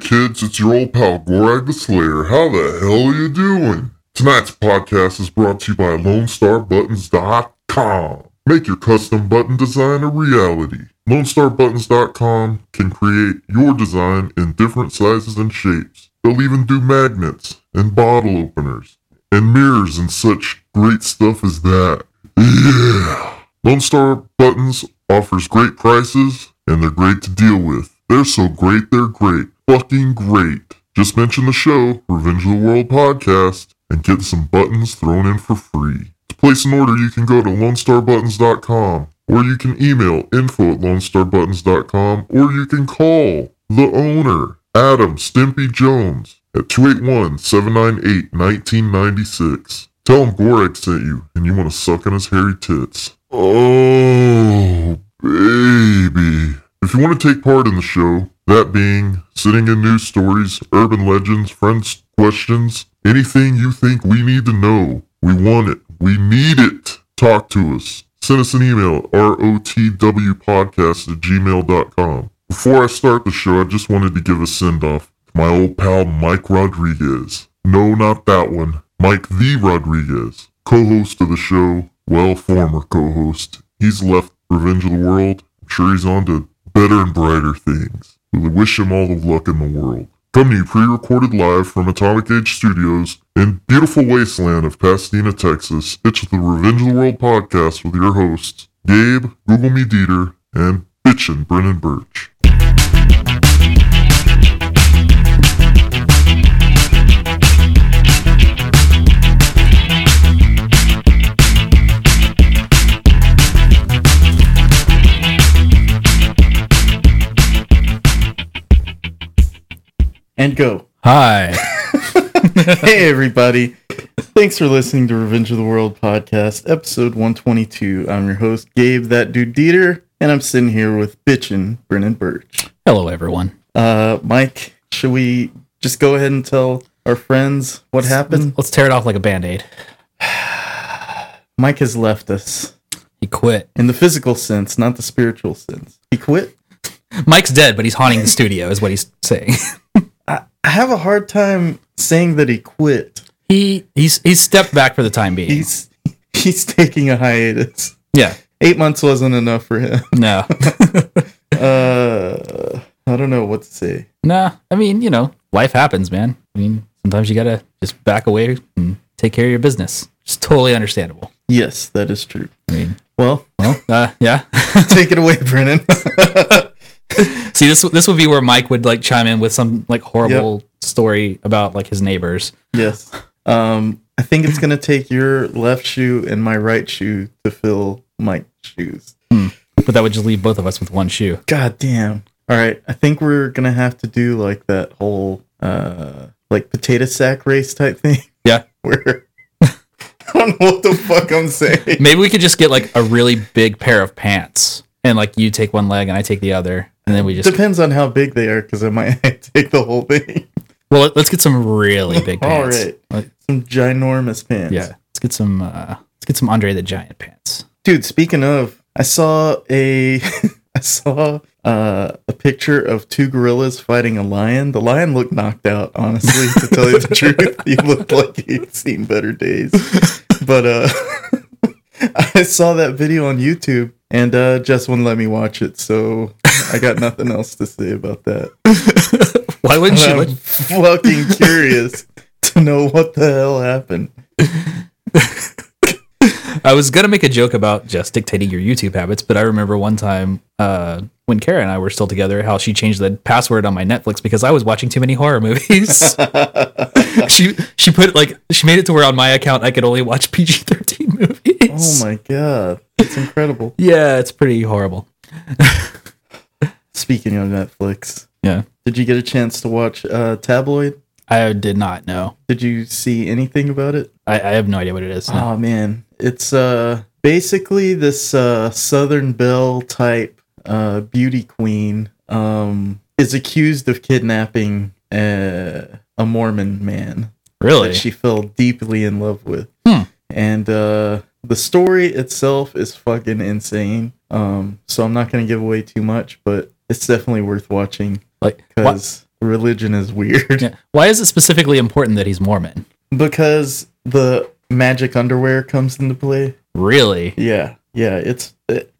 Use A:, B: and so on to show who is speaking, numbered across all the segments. A: kids, it's your old pal Gorag the Slayer. How the hell are you doing? Tonight's podcast is brought to you by LoneStarButtons.com. Make your custom button design a reality. LoneStarButtons.com can create your design in different sizes and shapes. They'll even do magnets and bottle openers and mirrors and such great stuff as that. Yeah! Lone Star Buttons offers great prices and they're great to deal with. They're so great, they're great. Fucking great. Just mention the show, Revenge of the World Podcast, and get some buttons thrown in for free. To place an order, you can go to LoneStarButtons.com, or you can email info at LoneStarButtons.com, or you can call the owner, Adam Stimpy Jones, at 281 798 1996. Tell him Gorek sent you, and you want to suck on his hairy tits. Oh, baby. If you want to take part in the show, that being sitting in news stories, urban legends, friends' questions, anything you think we need to know, we want it. We need it. Talk to us. Send us an email, rotwpodcast at gmail.com. Before I start the show, I just wanted to give a send off to my old pal Mike Rodriguez. No, not that one. Mike the Rodriguez, co host of the show, well, former co host. He's left Revenge of the World. I'm sure he's on to better and brighter things. We wish him all the luck in the world. Coming to you pre recorded live from Atomic Age Studios in beautiful wasteland of Pasadena, Texas, it's the Revenge of the World podcast with your hosts, Gabe, Google Me Dieter, and Bitchin' Brennan Birch.
B: and go.
C: Hi.
B: Hey, everybody. Thanks for listening to Revenge of the World podcast, episode 122. I'm your host, Gabe, that dude Dieter, and I'm sitting here with bitchin' Brennan Birch.
C: Hello, everyone.
B: Uh, Mike, should we just go ahead and tell our friends what happened?
C: Let's tear it off like a band aid.
B: Mike has left us
C: He quit.
B: in the physical sense, not the spiritual sense. He quit.
C: Mike's dead, but he's haunting the studio, is what he's saying.
B: I, I have a hard time saying that he quit.
C: He he's he's stepped back for the time being.
B: He's he's taking a hiatus.
C: yeah.
B: Eight months wasn't enough for him.
C: No.
B: Uh, I don't know what to say.
C: nah. I mean, you know, life happens, man. I mean, sometimes you gotta just back away and take care of your business. It's totally understandable.
B: Yes, that is true.
C: I mean,
B: Well,
C: well, uh, yeah.
B: take it away, Brennan.
C: See, this this would be where Mike would like chime in with some like horrible story about like his neighbors.
B: yes. Um, I think it's going to take your left shoe and my right shoe to fill my shoes.
C: But that would just leave both of us with one shoe.
B: God damn. All right. I think we're going to have to do like that whole uh like potato sack race type thing.
C: Yeah.
B: Where I don't know what the fuck I'm saying.
C: Maybe we could just get like a really big pair of pants and like you take one leg and I take the other. And then we just,
B: Depends on how big they are cuz I might take the whole thing.
C: well, let's get some really big
B: All
C: pants.
B: right.
C: Let-
B: Some ginormous pants.
C: Yeah. Let's get some, uh, let's get some Andre the Giant pants.
B: dude speaking of i saw a i saw uh, a picture of two gorillas fighting a lion the lion looked knocked out honestly to tell you the truth he looked like he'd seen better days but uh i saw that video on youtube and uh just wouldn't let me watch it so i got nothing else to say about that
C: Why
B: And
C: wouldn't you?
B: i'm
C: Let,
B: fucking curious to know what the hell happened
C: I was going to make a joke about just dictating your YouTube habits, but I remember one time, uh, when Kara and I were still together, how she changed the password on my Netflix because I was watching too many horror movies. she she put like she made it to where on my account I could only watch PG thirteen movies.
B: oh my god it's incredible
C: Yeah, it's pretty horrible.
B: speaking of netflix
C: Yeah.
B: Did you get a chance to watch uh, Tabloid?
C: I did not know.
B: Did you see anything about it?
C: I, I have no idea what it is. No.
B: Oh man, it's uh, basically this uh, Southern Belle type uh, beauty queen um, is accused of kidnapping uh, a Mormon man
C: really?
B: that she fell deeply in love with.
C: Hmm.
B: And uh, the story itself is fucking insane. Um, so I'm not gonna give away too much, but it's definitely worth watching
C: like, why,
B: because religion is weird
C: Yeah. Why is it specifically important that he's Mormon?
B: because the magic underwear comes into play.
C: Really?
B: Yeah, yeah. It's it,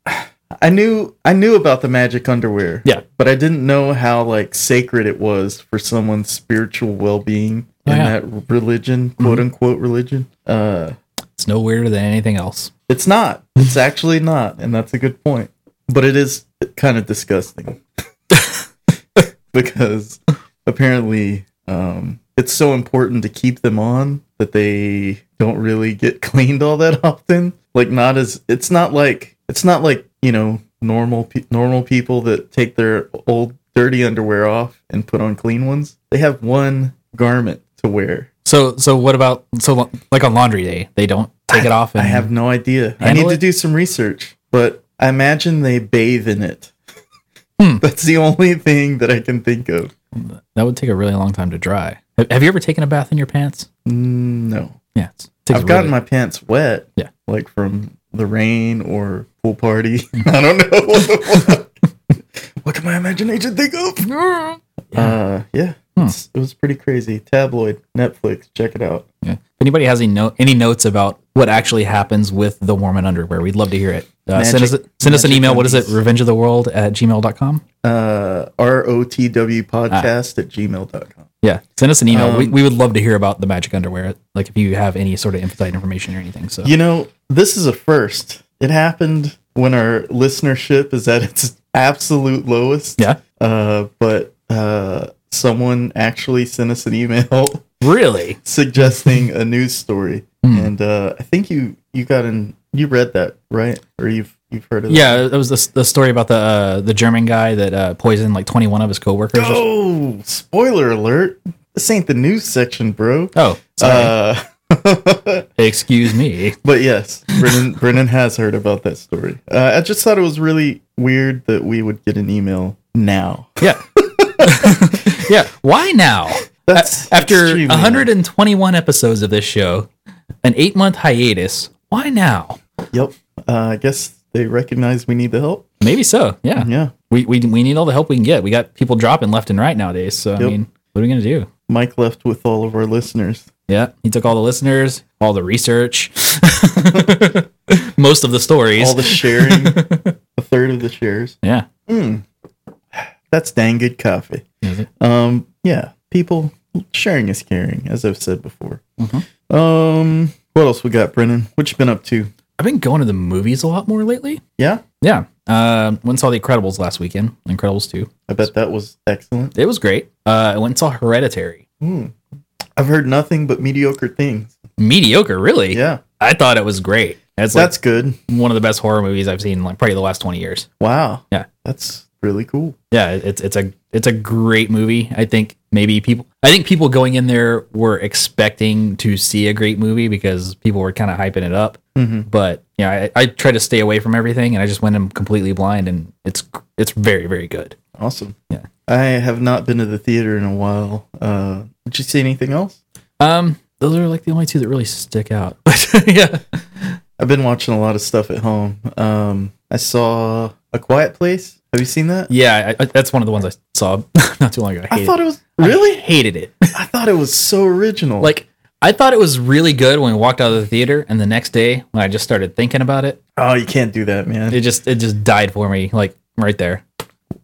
B: I knew I knew about the magic underwear.
C: Yeah.
B: but I didn't know how like sacred it was for someone's spiritual well being
C: Oh,
B: in
C: yeah. Mm-hmm.
B: that religion, quote unquote religion. Uh,
C: It's no weirder than anything else.
B: it's not. It's actually not, and that's a good point. But it is kind of disgusting because apparently um, it's so important to keep them on that they don't really get cleaned all that often. Like not as it's not like it's not like you know normal pe- normal people that take their old dirty underwear off and put on clean ones. They have one garment to wear.
C: So so what about so like on laundry day they don't take it off and
B: I have no idea. I
C: Handle
B: need to
C: it?
B: do some research, but I imagine they bathe in it.
C: Hmm.
B: That's the only thing that I can think of.
C: that would take a really long time to dry. Have, have you ever taken a bath in your pants?
B: Mm, No.
C: Yeah, it's, it takes
B: I've gotten my
C: really-
B: pants wet.
C: Yeah.
B: Like from the rain or pool party. I don't know. what the fuck. What can my imagination think of? Uh, yeah.
C: Hmm.
B: It's, it was pretty crazy. Tabloid, Netflix, check it out.
C: Yeah. If anybody has any no, any notes about what actually happens with the Mormon underwear, we'd love to hear it. Uh, send us
B: Magic-
C: send us an
B: magic
C: email. What is it?
B: undies.
C: Revenge of the World at gmail.com.
B: Uh, ROTW podcast
C: Ah.
B: at gmail.com.
C: Yeah, send us an email. we,
B: Um,
C: we would love to hear about the magic underwear. Like if you have any sort of inside information or anything. So
B: You know, this is a first. It happened when our listenership is at its absolute lowest.
C: yeah,
B: Uh, but uh, someone actually sent us an email
C: really.
B: suggesting a news story,
C: Hmm.
B: and uh, I think you you got in you read that right, or you've you've heard of
C: Yeah, it was the, the story about the uh, the German guy that uh, poisoned like 21 of his coworkers. or-
B: Oh, spoiler alert! This ain't the news section, bro.
C: Oh, sorry.
B: Uh,
C: Excuse me.
B: But yes, Brennan, Brennan has heard about that story. Uh, I just thought it was really weird that we would get an email now.
C: Yeah. yeah. Why now?
B: That's
C: After
B: extremely
C: 121 episodes of this show, an eight month hiatus, why now?
B: weird. Yep. Uh, I guess they recognize we need the help.
C: Maybe so. Yeah.
B: Yeah.
C: We, we, we need all the help we can get. We got people dropping left and right nowadays. So, I
B: Yep.
C: mean, what are we going to do?
B: Mike left with all of our listeners.
C: Yeah. He took all the listeners, all the research, most of the stories.
B: All the sharing, a third of the shares.
C: yeah.
B: Mm. That's dang good coffee.
C: Is it?
B: Um, yeah, people sharing is caring, as I've said before.
C: Mhm.
B: Um, what else we got, Brennan? What you been up to?
C: I've been going to the movies a lot more lately.
B: Yeah,
C: Yeah. Um, went and saw The Incredibles last weekend, Incredibles 2.
B: I bet that was excellent.
C: It was great. Uh, I went and saw Hereditary.
B: Hmm. I've heard nothing but mediocre things.
C: Mediocre, really?
B: Yeah,
C: I thought it was great. That's like
B: that's good.
C: one of the best horror movies I've seen in like probably the last 20 years.
B: Wow.
C: Yeah.
B: that's really cool.
C: Yeah, it- it's it's a it's a great movie. I think maybe people I think people going in there were expecting to see a great movie because people were kind of hyping it up.
B: Mm-hmm.
C: But yeah, I, I try to stay away from everything, and I just went in completely blind, and it's it's very very good.
B: Awesome.
C: Yeah.
B: I have not been to the theater in a while. Uh, did you see anything else?
C: Um, those are like the only two that really stick out. But yeah,
B: I've been watching a lot of stuff at home. Um, I saw A Quiet Place. Have you seen that?
C: yeah, I, I- that's one of the ones I saw not too long ago. I,
B: I
C: hated
B: thought it was
C: it. I
B: really.
C: hated it.
B: I thought it was so original.
C: Like I thought it was really good when we walked out of the theater, and the next day when I just started thinking about it,
B: oh, you can't do that, man.
C: it just it just died for me, like right there.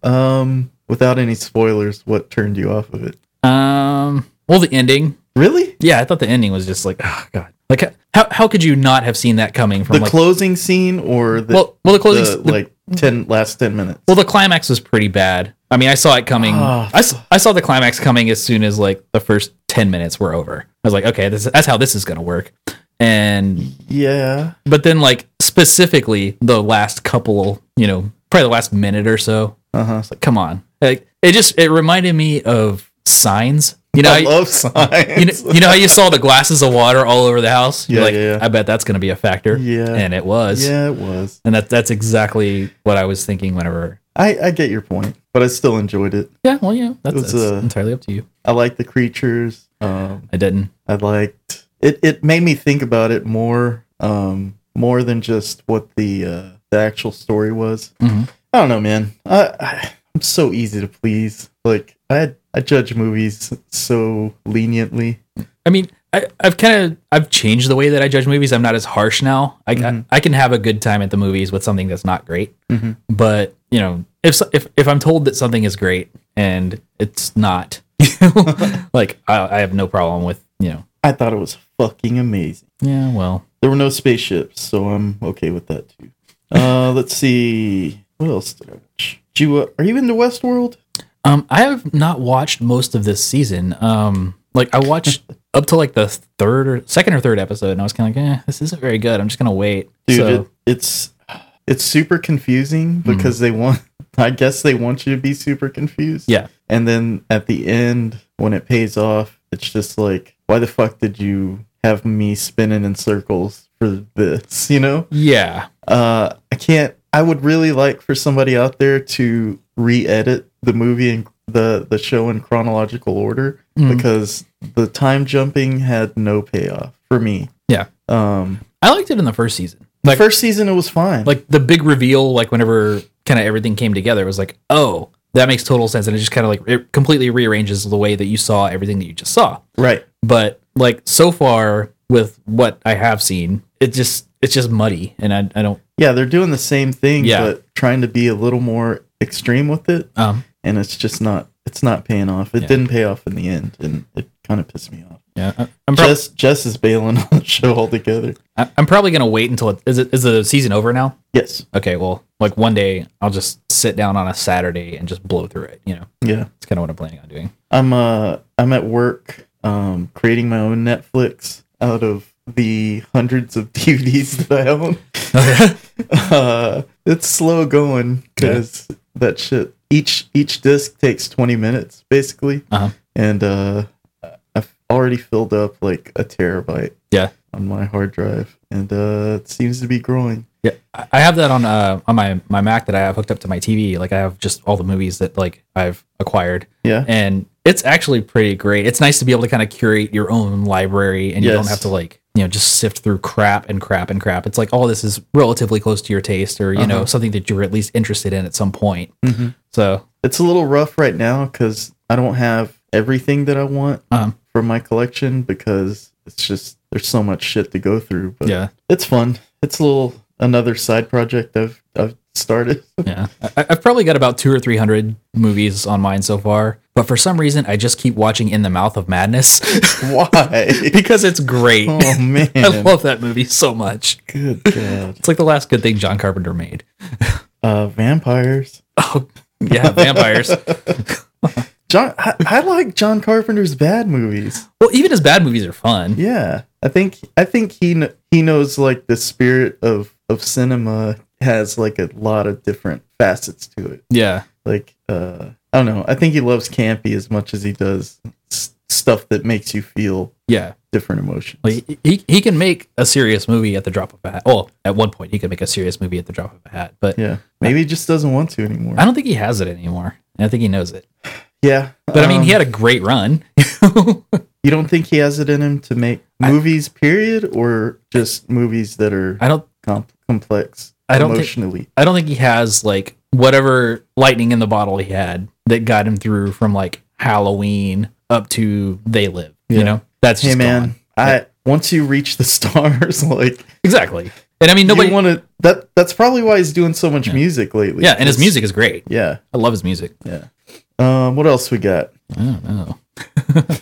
B: Um, without any spoilers, what turned you off of it?
C: Um, well, the ending,
B: Really?
C: yeah, I thought the ending was just like, oh god, like how how could you not have seen that coming from
B: The
C: like
B: closing scene or the
C: well well the closing
B: the,
C: s- the-
B: like ten last ten minutes?
C: well the climax was pretty bad. I mean, I saw it coming.
B: Ah.
C: I, s- I saw the climax coming as soon as like the first ten minutes were over. I was like, okay, this, that's how this is gonna work. And
B: yeah.
C: but then like specifically the last couple you know probably the last minute or so
B: Uh huh.
C: it's like come on like it just it reminded me of signs you know
B: I
C: how-
B: love science.
C: you know, you know how you saw the glasses of water all over the house You're
B: Yeah,
C: like
B: yeah, yeah.
C: i bet that's going to be a factor
B: Yeah.
C: and it was
B: yeah, it was.
C: and that that's exactly what i was thinking whenever
B: I, I get your point, but I still enjoyed it.
C: yeah well yeah that's,
B: It was,
C: that's
B: uh,
C: entirely up to you
B: I liked the creatures. Um,
C: i didn't
B: I liked it. It made me think about it more, um, more than just what the uh, the actual story was.
C: Mhm.
B: I don't know, man. I, I, I'm so easy to please. Like I I judge movies so leniently.
C: I mean, I, I've kind of I've changed the way that I judge movies. I'm not as harsh now. I,
B: Mhm.
C: I I can have a good time at the movies with something that's not great.
B: Mhm.
C: But you know, if so- if if I'm told that something is great and it's not, you know, like I, I have no problem with you know.
B: I thought it was fucking amazing.
C: Yeah, well,
B: There were no spaceships, so I'm okay with that too. Uh, let's see. What else did I watch? Did you, uh, are you into Westworld?
C: um, I have not watched most of this season. Um, like I watched up to like the third or second or third episode, and I was kind of like, eh, this isn't very good. I'm just gonna wait.
B: Dude,
C: So- Hmm.
B: it, it's it's super confusing because they want. I guess they want you to be super confused.
C: yeah,
B: And then at the end, when it pays off, it's just like, why the fuck did you have me spinning in circles for this? You know?
C: yeah,
B: Uh, I can't. I would really like for somebody out there to re-edit the movie and the the show in chronological order
C: Mhm.
B: because the time jumping had no payoff for me.
C: Yeah.
B: Um.
C: I liked it in the first season.
B: the
C: Like-
B: first season, it was fine.
C: like the big reveal like whenever kind of everything came together it was like oh that makes total sense and it just kind of like it completely rearranges the way that you saw everything that you just saw
B: right.
C: but like so far with what i have seen it just it's just muddy and i, I don't
B: Yeah, they're doing the same thing,
C: Yeah.
B: but trying to be a little more extreme with it.
C: um
B: and it's just not it's not paying off. It
C: Yeah.
B: didn't pay off in the end, and it kind of pissed me off.
C: yeah I- i'm prob-
B: Jess Jess is bailing on the show altogether.
C: I- i'm probably gonna wait until it is it is the season over now
B: Yes,
C: okay well like one day i'll just sit down on a saturday and just blow through it you know
B: yeah.
C: it's kind of what i'm planning on doing
B: I'm uh I'm at work, um, creating my own Netflix out of the hundreds of DVDs that I own. uh, it's slow going because that shit. Each each disc takes 20 minutes basically,
C: Uh-huh.
B: and uh, I've already filled up like a terabyte.
C: Yeah.
B: on my hard drive, and uh, it seems to be growing.
C: Yeah, I I have that on uh on my my Mac that I have hooked up to my TV. Like I have just all the movies that like I've acquired,
B: Yeah,
C: and it's actually pretty great. It's nice to be able to kind of curate your own library, and you don't
B: Yes.
C: have to like you know just sift through crap and crap and crap. It's like all this is relatively close to your taste, or you know
B: Uh-huh.
C: something that you were at least interested in at some point.
B: Mhm.
C: So
B: it's a little rough right now because I don't have everything that I want
C: Um.
B: from my collection because it's just there's so much shit to go through. But
C: yeah,
B: it's fun. It's a little another side project I've I've started.
C: yeah, I, I've probably got about two or three hundred movies on mine so far, but for some reason I just keep watching In the Mouth of Madness
B: Why?
C: because it's great.
B: oh man,
C: I love that movie so much.
B: good god.
C: It's like the last good thing John Carpenter made.
B: Uh, vampires.
C: Oh, yeah, vampires.
B: John, I, I like John Carpenter's bad movies.
C: well, even his bad movies are fun.
B: Yeah, I think I think he kn- he knows like the spirit of of cinema has like a lot of different facets to it.
C: Yeah.
B: like uh i don't know i think he loves campy as much as he does s- stuff that makes you feel
C: Yeah.
B: different emotions
C: Like he, he can make a serious movie at the drop of a hat. Well, at one point he could make a serious movie at the drop of a hat, but
B: yeah maybe he just doesn't want to anymore
C: I don't think he has it anymore. And I think he knows it.
B: yeah
C: But I mean, he
B: um,
C: had a great run.
B: you don't think he has it in him to make
C: I-
B: movies period or just movies that are
C: I don't
B: com- complex
C: I don't think-
B: emotionally
C: I don't think he has like whatever lightning in the bottle he had that got him through from like Halloween up to They Live.
B: Yeah.
C: You know, that's just
B: hey man
C: gone.
B: i once you reach the stars like
C: exactly. And I mean,
B: nobody
C: nobody.
B: want to that that's probably why he's doing so much
C: Yeah.
B: music lately
C: yeah, and his
B: It's-
C: music is great.
B: yeah
C: I love his music.
B: um what else we got
C: I don't know.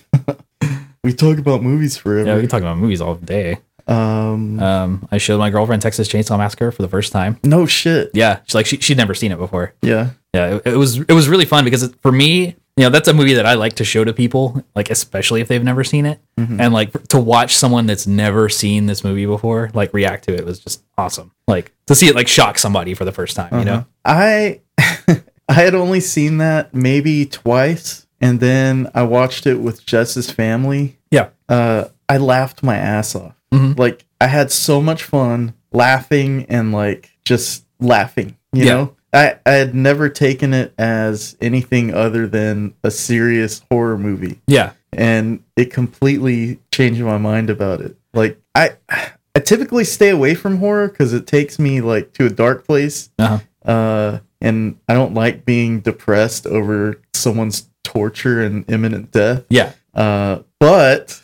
B: we talk about movies
C: Yeah, we
B: forever
C: can talk about movies all day.
B: um
C: Um, I showed my girlfriend Texas Chainsaw Massacre for the first time.
B: no shit
C: Yeah, she, like she she'd never seen it before.
B: Yeah.
C: Yeah, it, it was it was really fun because it, for me, you know, that's a movie that I like to show to people, like especially if they've never seen it, and like to watch someone that's never seen this movie before like react to it was just awesome. Like to see it like shock somebody for the first time, you know?
B: I I had only seen that maybe twice and then I watched it with Jess's family.
C: Yeah.
B: Uh I laughed my ass off.
C: Mhm.
B: Like I had so much fun laughing and like just laughing, you
C: Yeah.
B: know? I, I had never taken it as anything other than a serious horror movie.
C: Yeah,
B: and it completely changed my mind about it. Like I, I typically stay away from horror because it takes me like to a dark place,
C: Uh-huh.
B: uh, and I don't like being depressed over someone's torture and imminent death.
C: Yeah.
B: Uh, but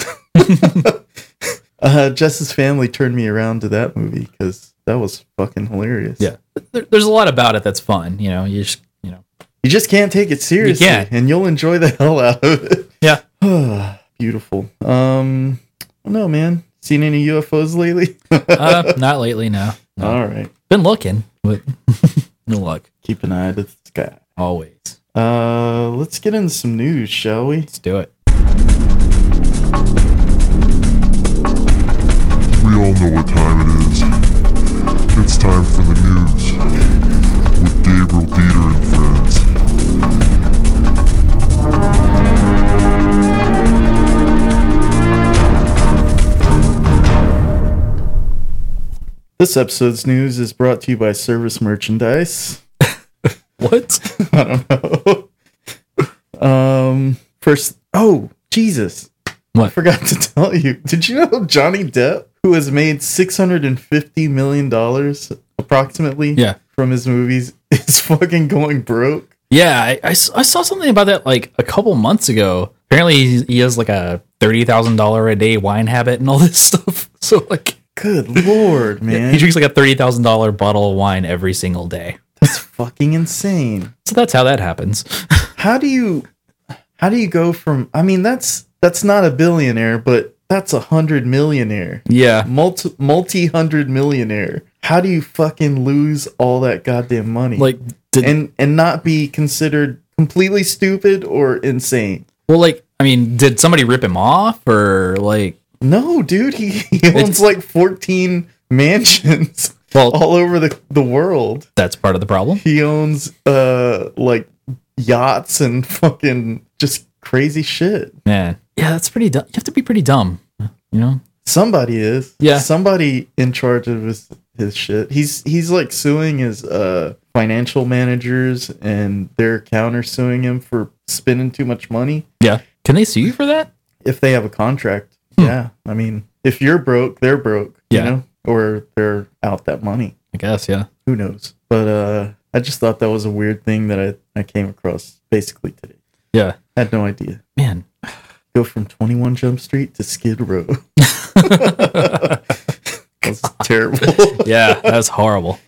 B: uh, Jess's family turned me around to that movie because that was fucking hilarious.
C: Yeah. There, there's a lot about it that's fun. You know, you just, you know,
B: You just can't take it seriously,
C: can't.
B: and you'll enjoy the hell out of it.
C: Yeah.
B: Beautiful. Um, no man, seen any UFOs lately?
C: uh, not lately. No. No.
B: All right,
C: Been looking, but no luck.
B: keep an eye to the sky.
C: Always.
B: Uh, let's get into some news, shall we?
C: Let's do it.
A: We all know what time it is. It's time for the news with Gabriel Dieter and friends.
B: This episode's news is brought to you by Service Merchandise.
C: What?
B: I don't know. um, first, oh Jesus, I
C: What?
B: forgot to tell you. Did you know Johnny Depp, who has made six hundred and fifty million dollars approximately,
C: Yeah.
B: from his movies, is fucking going broke?
C: Yeah, I, I s- I saw something about that like a couple months ago. Apparently, he, he has like a thirty thousand dollar a day wine habit and all this stuff. So like,
B: Good lord, man,
C: he drinks like a thirty thousand dollar bottle of wine every single day.
B: that's fucking insane.
C: So that's how that happens.
B: How do you, how do you go from? I mean, that's that's not a billionaire, but that's a hundred millionaire.
C: yeah,
B: multi multi hundred millionaire. How do you fucking lose all that goddamn money?
C: like did,
B: and and not be considered completely stupid or insane?
C: well, like I mean, did somebody rip him off or like?
B: No, dude, he, he owns like fourteen mansions
C: Well,
B: all over the the world.
C: that's part of the problem.
B: He owns uh like yachts and fucking just crazy shit.
C: Man, yeah, that's pretty. dumb. You have to be pretty dumb, you know.
B: Somebody is.
C: Yeah.
B: Somebody in charge of his, his shit. He's he's like suing his uh financial managers and they're counter suing him for spending too much money
C: Yeah, can they sue you for that?
B: if they have a contract. Yeah. I mean, if you're broke, they're broke,
C: Hmm. Yeah.
B: you know, or they're out that money.
C: I guess. Yeah.
B: Who knows? But uh I just thought that was a weird thing that I I came across basically today.
C: Yeah.
B: Had no idea.
C: Man.
B: Go from 21 Jump Street to Skid Row. That's terrible.
C: Yeah, that's horrible.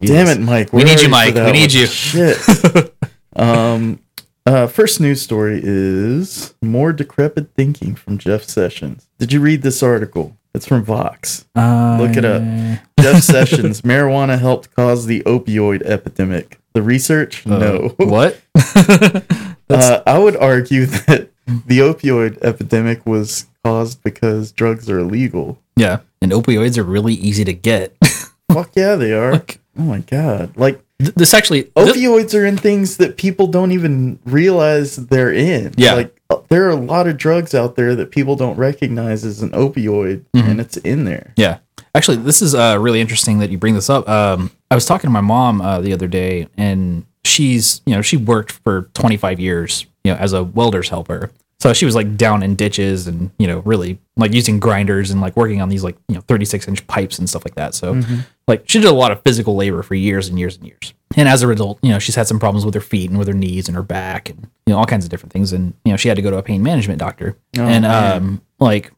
B: Damn it, Mike.
C: We need
B: already
C: you, Mike.
B: for that
C: We need
B: one.
C: you.
B: Shit. um, uh, first news story is more decrepit thinking from Jeff Sessions. Did you read this article? It's from Vox.
C: Uh,
B: Look it up. Jeff Sessions, marijuana helped cause the opioid epidemic. The research? no.
C: Uh, What?
B: Uh, I would argue that the opioid epidemic was caused because drugs are illegal.
C: yeah. And opioids are really easy to get.
B: Fuck yeah, they are.
C: Like-
B: oh my god. Like
C: Th- this actually. This,
B: opioids are in things that people don't even realize they're in.
C: Yeah.
B: Like uh, there are a lot of drugs out there that people don't recognize as an opioid
C: Mm-hmm.
B: and it's in there.
C: yeah. Actually, this is uh, really interesting that you bring this up. Um, I was talking to my mom uh, the other day, and she's, you know, she worked for 25 years, you know, as a welder's helper. So she was like down in ditches and, you know, really like using grinders and like working on these like, you know, 36 inch pipes and stuff like that. So like she did a lot of physical labor for years and years and years. And as a result, you know, she's had some problems with her feet and with her knees and her back and, you know, all kinds of different things. And, you know, she had to go to a pain management doctor. and, um, like,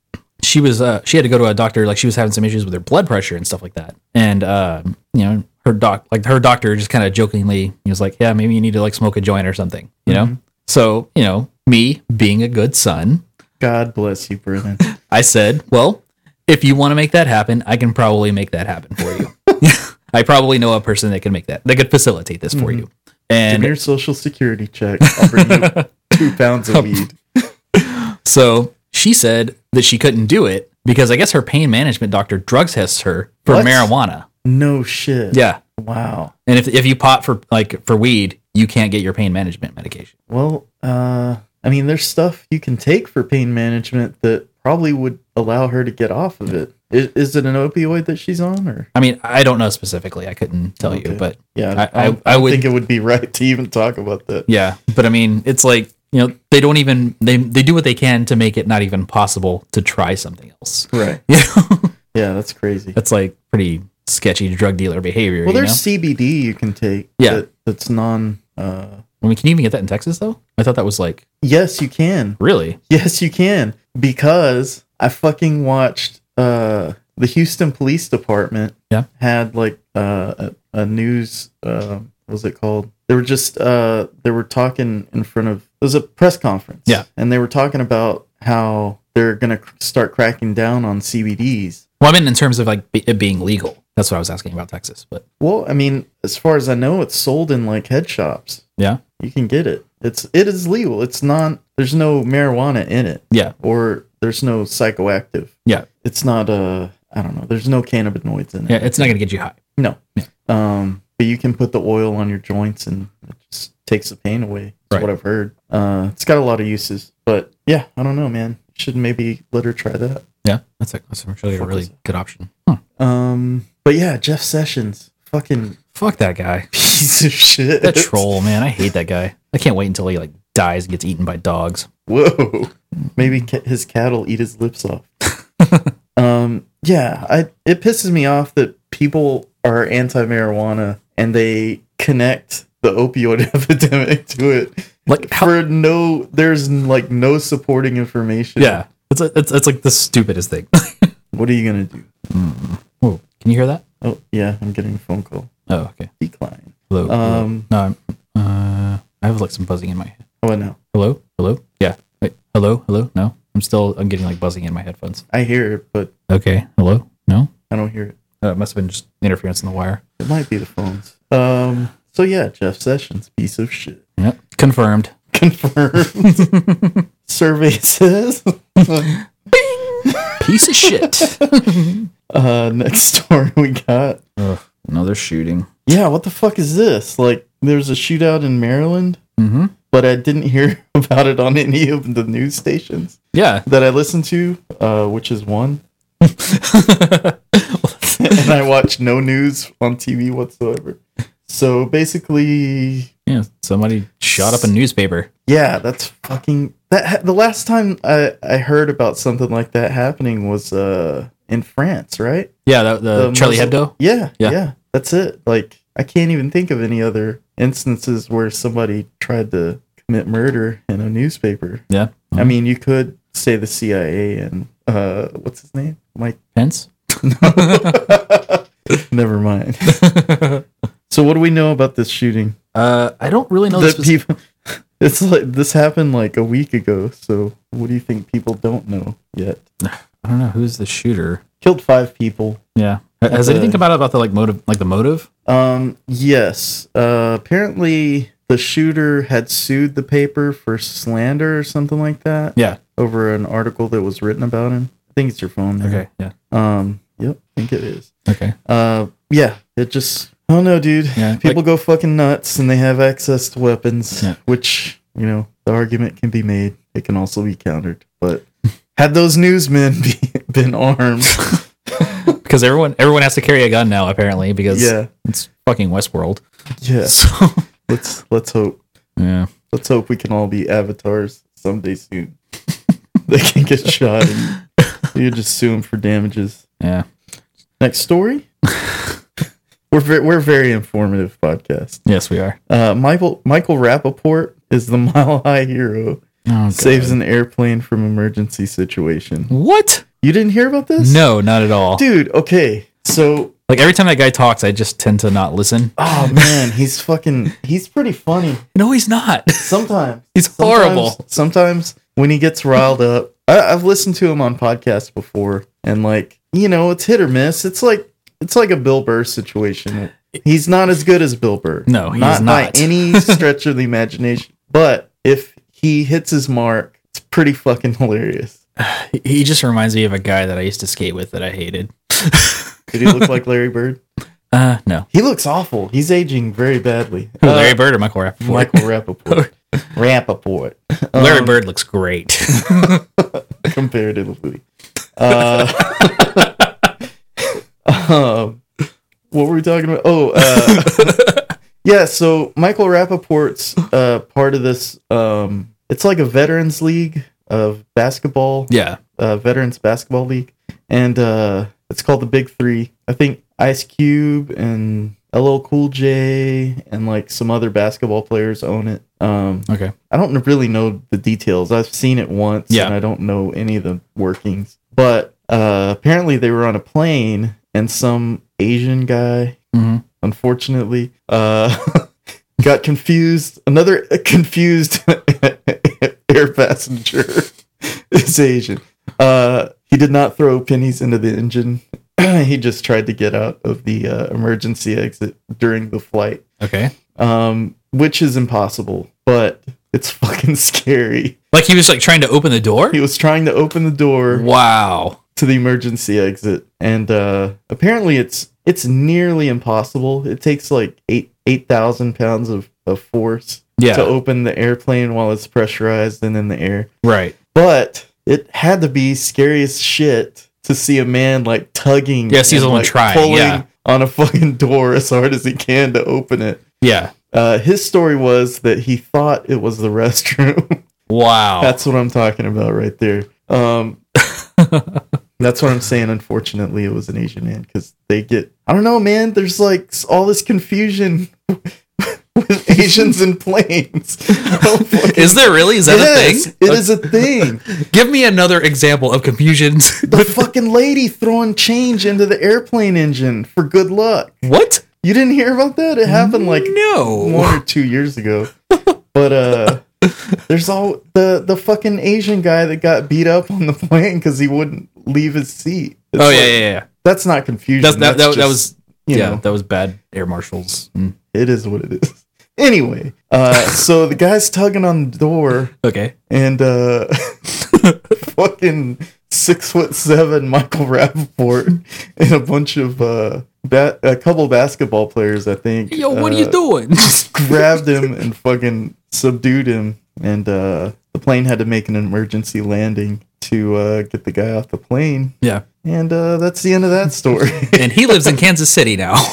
C: she was uh, she had to go to a doctor like she was having some issues with her blood pressure and stuff like that and um, you know her doc like her doctor just kind of jokingly he was like yeah maybe you need to like smoke a joint or something you
B: Mm-hmm.
C: know so you know me being a good son
B: God bless you, Brennan.
C: i said well if you want to make that happen i can probably make that happen for you i probably know a person that can make that that could facilitate this for you
B: Mm-hmm. Give me
C: and
B: your social security check. I'll bring you two pounds of weed.
C: so she said that she couldn't do it because i guess her pain management doctor drug tests her for
B: What?
C: marijuana
B: No shit.
C: yeah
B: Wow.
C: And if if you pot for like for weed, you can't get your pain management medication.
B: Well, uh, I mean, there's stuff you can take for pain management that probably would allow her to get off of it. Is, is it an opioid that she's on, or
C: I mean, I don't know specifically. I couldn't tell
B: Okay.
C: you, but
B: yeah,
C: I- I-
B: don't-
C: I
B: don't
C: would-
B: think it would be right to even talk about that.
C: yeah. But I mean, it's like you know they don't even they they do what they can to make it not even possible to try something else.
B: Right.
C: You know,
B: Yeah, that's crazy.
C: that's like pretty sketchy drug dealer behavior.
B: Well,
C: you know?
B: there's CBD you can take.
C: Yeah.
B: that- that's non. Uh,
C: I mean, can you even get that in Texas though? I thought that was like
B: yes, you can.
C: really.
B: Yes, you can. Because I fucking watched uh the Houston Police Department
C: Yeah.
B: had like uh a, a news uh what was it called? They were just uh they were talking in front of it was a press conference.
C: Yeah.
B: And they were talking about how they're going to cr- start cracking down on CBDs.
C: Well, I mean, in terms of like be- it being legal. That's what I was asking about Texas. But
B: Well, I mean, as far as I know, it's sold in like head shops.
C: Yeah.
B: You can get it. It's it is legal. It's not there's no marijuana in it.
C: yeah,
B: or there's no psychoactive.
C: Yeah.
B: It's not uh I don't know. There's no cannabinoids in it.
C: yeah, it's not gonna get you high.
B: No. Um but you can put the oil on your joints and it just takes the pain away. That's
C: Right.
B: what I've heard. Uh it's got a lot of uses. But yeah, I don't know, man. Should maybe let her try that.
C: Yeah, that's a, that's actually a
B: Fuck
C: really
B: is it?
C: good option. Hmm. Huh.
B: Um but yeah, Jeff Sessions, fucking
C: Fuck that guy.
B: piece of shit.
C: That troll, man. I hate that guy. I can't wait until he like dies and gets eaten by dogs.
B: Whoa. Maybe ca- his cat'll eat his lips off. um, yeah, I it pisses me off that people are anti-marijuana and they connect the opioid epidemic to it
C: Like how?
B: for no there's like no supporting information.
C: Yeah, it's a, it's it's like the stupidest thing.
B: What are you going to do?
C: Whoa, can you hear that?
B: Oh, yeah, I'm getting a phone call.
C: Oh, okay.
B: Decline.
C: Hello. hello.
B: Um,
C: no, I'm, uh, I have like some buzzing in my head.
B: oh no.
C: Hello. Hello. Yeah. Wait. Hello. Hello. No. I'm still. I'm getting like buzzing in my headphones.
B: I hear it, but
C: Okay. Hello. No.
B: I don't hear it.
C: Uh, it must have been just interference in the wire.
B: It might be the phones. Um, so yeah, Jeff Sessions, piece of shit.
C: Yep. Confirmed.
B: confirmed. Survey says.
C: Piece of shit.
B: uh, next story we got.
C: Ugh, another shooting.
B: Yeah, what the fuck is this? Like, there's a shootout in Maryland,
C: Mm-hmm.
B: but I didn't hear about it on any of the news stations
C: Yeah.
B: that I listened to, uh, which is one. and I watch no news on TV whatsoever. So basically,
C: yeah. Somebody shot up a newspaper.
B: Yeah, that's fucking that. ha- The last time I I heard about something like that happening was uh in France, right?
C: Yeah. That, the,
B: The
C: Charlie
B: Muslim-
C: Hebdo.
B: Yeah,
C: Yeah.
B: yeah, That's it. Like I can't even think of any other instances where somebody tried to commit murder in a newspaper.
C: Yeah.
B: I mean, you could say the CIA and uh what's his name? Mike.
C: Pence.
B: Never mind. so what do we know about this shooting?
C: Uh, I don't really know
B: The
C: the specific-
B: people. It's like this happened like a week ago. So what do you think people don't know yet?
C: I don't know who's the shooter. Uh,
B: killed five people.
C: Yeah. Has
B: the-
C: anything come out about the like motive? Like the motive?
B: Um, yes. Uh, apparently the shooter had sued the paper for slander or something like that
C: Yeah.
B: over an article that was written about him. I think it's your phone. man.
C: Okay. Yeah.
B: Um, yep, I think it is.
C: Okay.
B: Uh, yeah, it just I don't know, dude.
C: Yeah,
B: People go fucking nuts and they have access to weapons,
C: Yeah.
B: which you know the argument can be made. It can also be countered, but had those newsmen be, been armed,
C: because everyone everyone has to carry a gun now apparently because
B: yeah,
C: it's fucking Westworld.
B: yeah.
C: So
B: Let's let's hope.
C: yeah,
B: Let's hope we can all be avatars someday soon. they can get shot and you just sue them for damages.
C: yeah.
B: Next story. we're ve- we're a very informative podcast.
C: Yes, we are.
B: Uh, Michael Michael Rappaport is the mile high hero.
C: Oh,
B: Saves an airplane from emergency situation.
C: what?
B: You didn't hear about this?
C: No, not at all.
B: Dude, okay. So
C: Like every time that guy talks, I just tend to not listen.
B: oh man, he's fucking he's pretty funny.
C: No, he's not.
B: Sometimes
C: He's horrible.
B: Sometimes, sometimes when he gets riled up, I, I've listened to him on podcasts before, and like you know, it's hit or miss. It's like it's like a Bill Burr situation. He's not as good as Bill Burr.
C: No, he is
B: by
C: not.
B: any stretch of the imagination. But if he hits his mark, it's pretty fucking hilarious.
C: He just reminds me of a guy that I used to skate with that I hated.
B: Did he look like Larry Bird?
C: Uh, no.
B: He looks awful. He's aging very badly.
C: Larry
B: Uh,
C: Bird or Michael Rappaport?
B: Michael Rappaport. Rappaport.
C: Larry
B: Um,
C: Bird looks great.
B: comparatively. Uh, um, what were we talking about? Oh, uh, yeah. So Michael Rappaport's uh, part of this. Um, it's like a veterans league of basketball,
C: yeah.
B: uh, veterans basketball league, and uh, it's called the Big Three. I think Ice Cube and LL Cool J and like some other basketball players own it. Um,
C: Okay.
B: I don't really know the details. I've seen it once
C: Yeah.
B: and I don't know any of the workings. But uh, apparently they were on a plane and some Asian guy,
C: hmm
B: unfortunately, uh, got confused. Another uh, confused air passenger is Asian. Uh, he did not throw pennies into the engine. he just tried to get out of the uh, emergency exit during the flight
C: Okay.
B: um, which is impossible, but it's fucking scary.
C: Like he was like trying to open the door.
B: He was trying to open the door
C: Wow.
B: to the emergency exit, and uh, apparently it's it's nearly impossible. It takes like eight eight thousand pounds of, of force
C: Yeah.
B: to open the airplane while it's pressurized and in the air.
C: right.
B: But it had to be scary as shit to see a man like tugging.
C: Yes, he's
B: and,
C: the one
B: like,
C: trying, yeah.
B: on a fucking door as hard as he can to open it.
C: Yeah.
B: Uh, his story was that he thought it was the restroom.
C: Wow.
B: that's what I'm talking about right there. Um, that's what I'm saying. Unfortunately, it was an Asian man because they get, I don't know, man, there's like s- all this confusion with Asians and planes. Oh,
C: is there really? Is that a thing?
B: It is a thing.
C: Give me another example of confusions.
B: The fucking lady throwing change into the airplane engine for good luck.
C: what?
B: You didn't hear about that? It happened like
C: no.
B: one or two years ago. But uh there's all the the fucking Asian guy that got beat up on the plane because he wouldn't leave his seat. It's
C: Oh
B: like,
C: yeah, yeah, yeah.
B: That's not confusion.
C: That's, that, that,
B: that's
C: that
B: just,
C: was
B: you
C: yeah,
B: know,
C: that was bad air marshals. Mm.
B: it is what it is. Anyway, uh so the guy's tugging on the door
C: Okay.
B: and uh fucking six foot seven Michael Rappaport and a bunch of uh ba- a couple basketball players, I think.
C: Yo, what are
B: uh,
C: you doing?
B: grabbed him and fucking subdued him and uh the plane had to make an emergency landing to uh get the guy off the plane
C: yeah.
B: and uh that's the end of that story
C: And he lives in Kansas City now.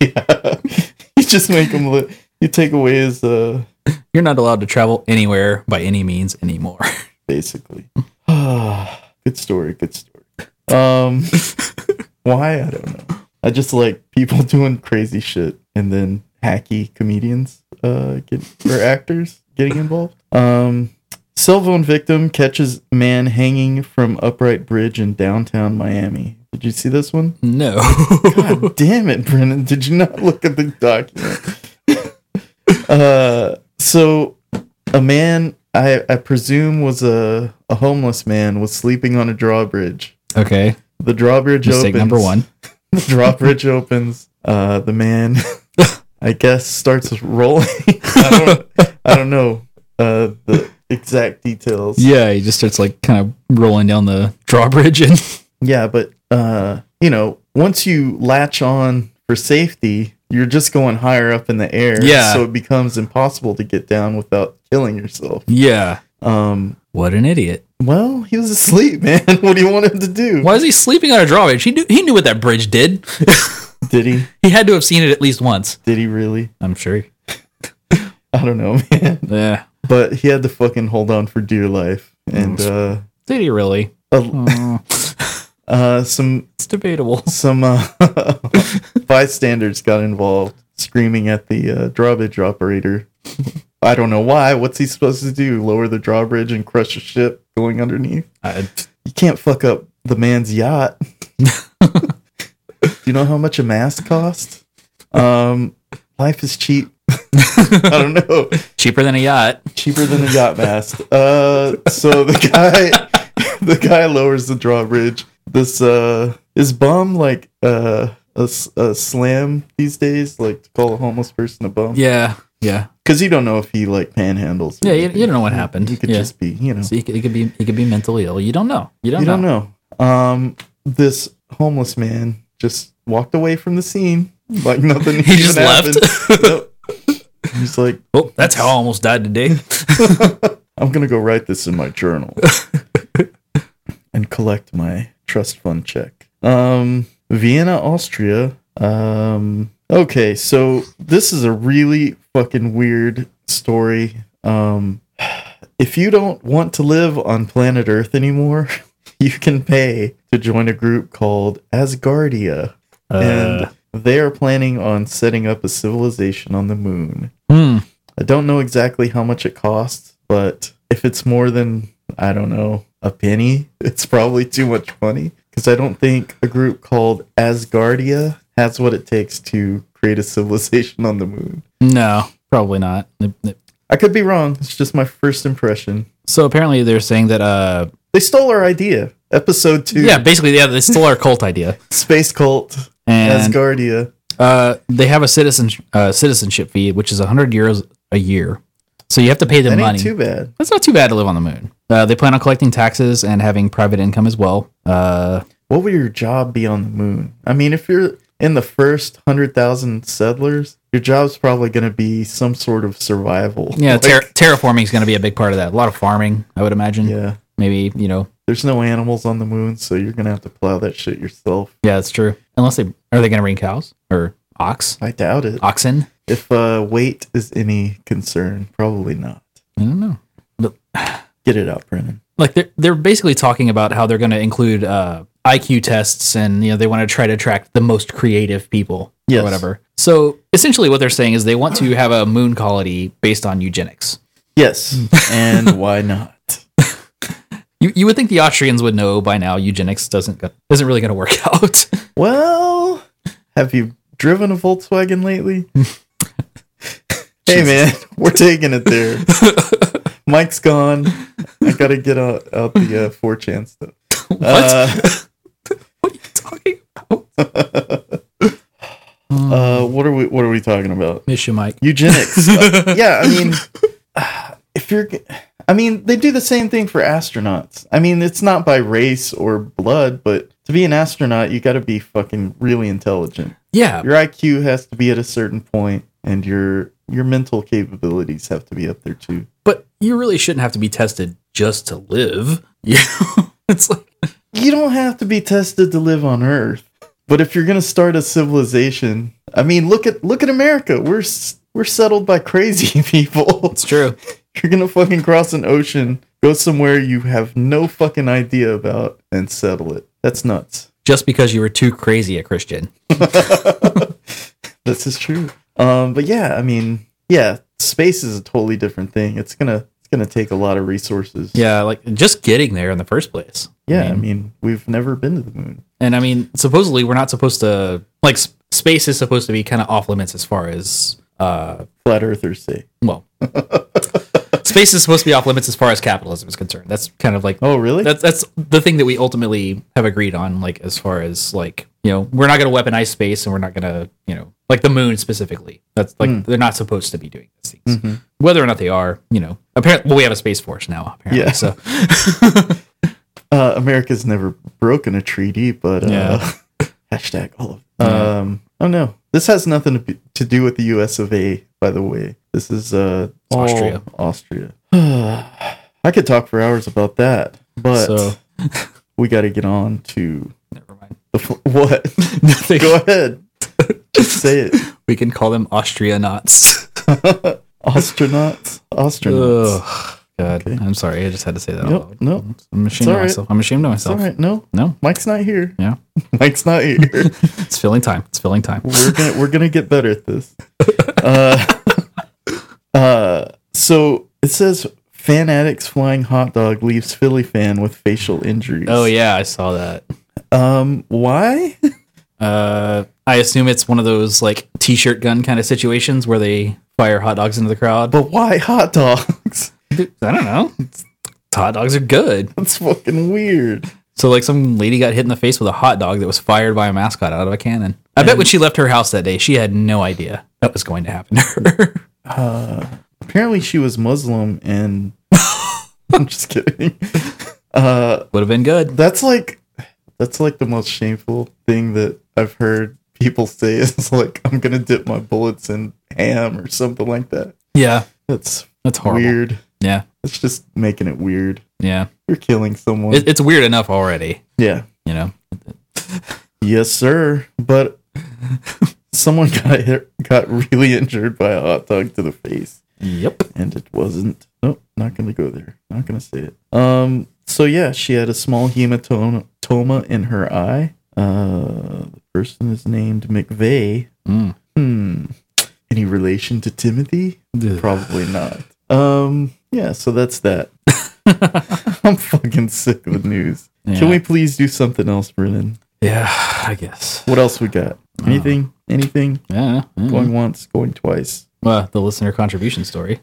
B: yeah you just make him li- you take away his uh
C: You're not allowed to travel anywhere by any means anymore.
B: basically good story good story um why i don't know i just like people doing crazy shit and then hacky comedians uh get or actors getting involved um cell phone victim catches man hanging from upright bridge in downtown miami did you see this one
C: No.
B: God damn it, Brennan. Did you not look at the document? uh, so, a man, I, I presume, was a, a homeless man, was sleeping on a drawbridge.
C: okay.
B: The drawbridge
C: Mistake
B: opens.
C: number one.
B: The drawbridge opens. Uh, the man, I guess, starts rolling. I, don't, I don't know uh, the exact details.
C: Yeah, he just starts like kind of rolling down the drawbridge and
B: Yeah, but uh, you know, once you latch on for safety, you're just going higher up in the air.
C: Yeah.
B: So it becomes impossible to get down without killing yourself.
C: Yeah.
B: Um
C: What an idiot.
B: well, he was asleep, man. What do you want him to do?
C: Why is he sleeping on a drawbridge? He knew he knew what that bridge did.
B: Did he?
C: he had to have seen it at least once.
B: Did he really?
C: I'm sure.
B: I don't know, man.
C: Yeah.
B: But he had to fucking hold on for dear life. And uh,
C: Did he really?
B: uh,
C: Mm,
B: uh some
C: it's debatable.
B: some uh, bystanders got involved screaming at the uh, drawbridge operator. I don't know why. What's he supposed to do? Lower the drawbridge and crush a ship going underneath?
C: I,
B: You can't fuck up the man's yacht. do you know how much a mast costs? Um, life is cheap. I don't know.
C: cheaper than a yacht.
B: Cheaper than a yacht mast. Uh, so the guy, the guy lowers the drawbridge. This uh, is bum like uh, a, s- a slam these days, like to call a homeless person a bum.
C: Yeah. Yeah.
B: because you don't know if he like panhandles. or
C: Yeah, you- you don't know what
B: anything.
C: happened.
B: He could
C: Yeah.
B: just be, you know,
C: So he could, he could be he could be mentally ill. You don't know. You don't,
B: you
C: know.
B: don't know. Um, this homeless man just walked away from the scene like nothing.
C: He just
B: even
C: left.
B: Nope. He's like,
C: Oh, that's how I almost died today.
B: I'm gonna go write this in my journal and collect my trust fund check. Um, Vienna, Austria. Um, okay, so this is a really fucking weird story. Um, if you don't want to live on planet Earth anymore, you can pay to join a group called Asgardia.
C: Uh,
B: and they are planning on setting up a civilization on the moon.
C: hmm.
B: I don't know exactly how much it costs, but if it's more than, I don't know, a penny, it's probably too much money. Because I don't think a group called Asgardia has what it takes to create a civilization on the moon.
C: No, probably not.
B: I could be wrong. It's just my first impression.
C: So apparently they're saying that. Uh,
B: They stole our idea. Episode two
C: yeah, basically, yeah, it's still our cult idea,
B: Space Cult,
C: and
B: Asgardia.
C: uh, they have a citizen uh, citizenship fee, which is hundred euros a year. So you have to pay
B: That
C: them
B: ain't
C: money.
B: too bad.
C: That's not too bad to live on the moon. Uh, they plan on collecting taxes and having private income as well. Uh,
B: What would your job be on the moon? I mean, if you're in the first 100,000 settlers, your job's probably going to be some sort of survival.
C: yeah,
B: Like,
C: ter- terraforming is going to be a big part of that. A lot of farming, I would imagine.
B: yeah.
C: Maybe you know,
B: There's no animals on the moon, so you're going to have to plow that shit yourself.
C: yeah, that's true. Unless they are they going to bring cows or ox,
B: I doubt it.
C: oxen?
B: If uh, weight is any concern, probably not.
C: I don't know.
B: Get it out, Brennan.
C: Like they're they're basically talking about how they're going to include uh, IQ tests and you know they want to try to attract the most creative people
B: Yes.
C: or whatever. So essentially, what they're saying is they want to have a moon colony based on eugenics.
B: Yes. and why not?
C: You, you would think the Austrians would know by now eugenics doesn't go- isn't really going to work out.
B: Well, have you driven a Volkswagen lately? hey, man, we're taking it there. Mike's gone. I gotta get out, out the uh, 4chan stuff.
C: what?
B: Uh,
C: what are you talking?
B: uh, what are we? What are we talking about?
C: Miss you, Mike.
B: Eugenics. Uh, yeah, I mean, if you're, g- I mean, they do the same thing for astronauts. I mean, it's not by race or blood, but to be an astronaut, you gotta be fucking really intelligent.
C: Yeah,
B: your IQ has to be at a certain point, and your your mental capabilities have to be up there too.
C: but you really shouldn't have to be tested just to live. You know? it's like
B: You don't have to be tested to live on Earth, but if you're gonna start a civilization, I mean, look at look at America. We're s- we're settled by crazy people.
C: it's true.
B: you're gonna fucking cross an ocean, go somewhere you have no fucking idea about, and settle it. That's nuts.
C: Just because you were too crazy a Christian.
B: This is true. Um, but yeah, I mean, yeah, space is a totally different thing. It's gonna it's gonna take a lot of resources.
C: Yeah, like just getting there in the first place.
B: Yeah, I
C: I mean-
B: mean, we've never been to the moon.
C: and I mean, supposedly we're not supposed to like s- space is supposed to be kind of off limits as far as uh
B: Flat Earthers say.
C: well. Space is supposed to be off limits as far as capitalism is concerned. That's kind of like
B: Oh, really?
C: that's that's the thing that we ultimately have agreed on like as far as like you know we're not going to weaponize space and we're not going to you know like the moon specifically that's like
B: Mm.
C: they're not supposed to be doing these things
B: Mhm.
C: whether or not they are you know apparently well we have a space force now apparently
B: Yeah.
C: so
B: Uh, America's never broken a treaty, but uh,
C: Yeah.
B: hashtag all of. Um, oh no, this has nothing to, be, to do with the U.S. of A. By the way, this is uh, all
C: Austria.
B: Austria. I could talk for hours about that, but
C: So-
B: we got to get on to
C: never mind
B: the fl- what?
C: nothing
B: Go ahead, just say it.
C: we can call them austrianauts
B: Astronauts, astronauts.
C: Ugh. god i'm sorry i just had to say that
B: Nope,
C: out loud.
B: nope.
C: i'm ashamed
B: all
C: of
B: right.
C: myself i'm ashamed of
B: It's all
C: myself
B: right. No,
C: no
B: Mike's not here.
C: yeah
B: Mike's not here.
C: it's filling time it's filling time
B: we're gonna we're gonna get better at this. Uh, uh, so it says fanatics flying hot dog leaves Philly fan with facial injuries.
C: oh yeah i saw that
B: Um, why?
C: Uh, I assume it's one of those like t-shirt gun kind of situations where they fire hot dogs into the crowd.
B: But why hot dogs?
C: I don't know. It's- hot dogs are good.
B: That's fucking weird.
C: So like some lady got hit in the face with a hot dog that was fired by a mascot out of a cannon. I bet when she left her house that day, she had no idea that was going to happen to her.
B: Apparently she was Muslim and I'm just kidding. Uh,
C: Would have been good.
B: that's like that's like the most shameful thing that I've heard people say is like I'm gonna dip my bullets in ham or something like that.
C: Yeah,
B: That's
C: that's horrible.
B: weird.
C: Yeah,
B: It's just making it weird.
C: yeah.
B: You're killing someone.
C: It, it's weird enough already.
B: yeah.
C: You know.
B: Yes, sir. But someone got hit, got really injured by a hot dog to the face,
C: Yep.
B: and it wasn't. Nope. Not gonna go there. Not gonna say it. Um. So yeah, she had a small hematoma in her eye. Uh, the person is named McVeigh.
C: Mm.
B: Hmm. Any relation to Timothy? Probably not. Um. Yeah. So that's that. I'm fucking sick with news.
C: Yeah.
B: Can we please do something else, Brennan?
C: Yeah, I guess.
B: What else we got? Anything? Anything?
C: Yeah. yeah.
B: Going once, going twice.
C: Well, the listener contribution story.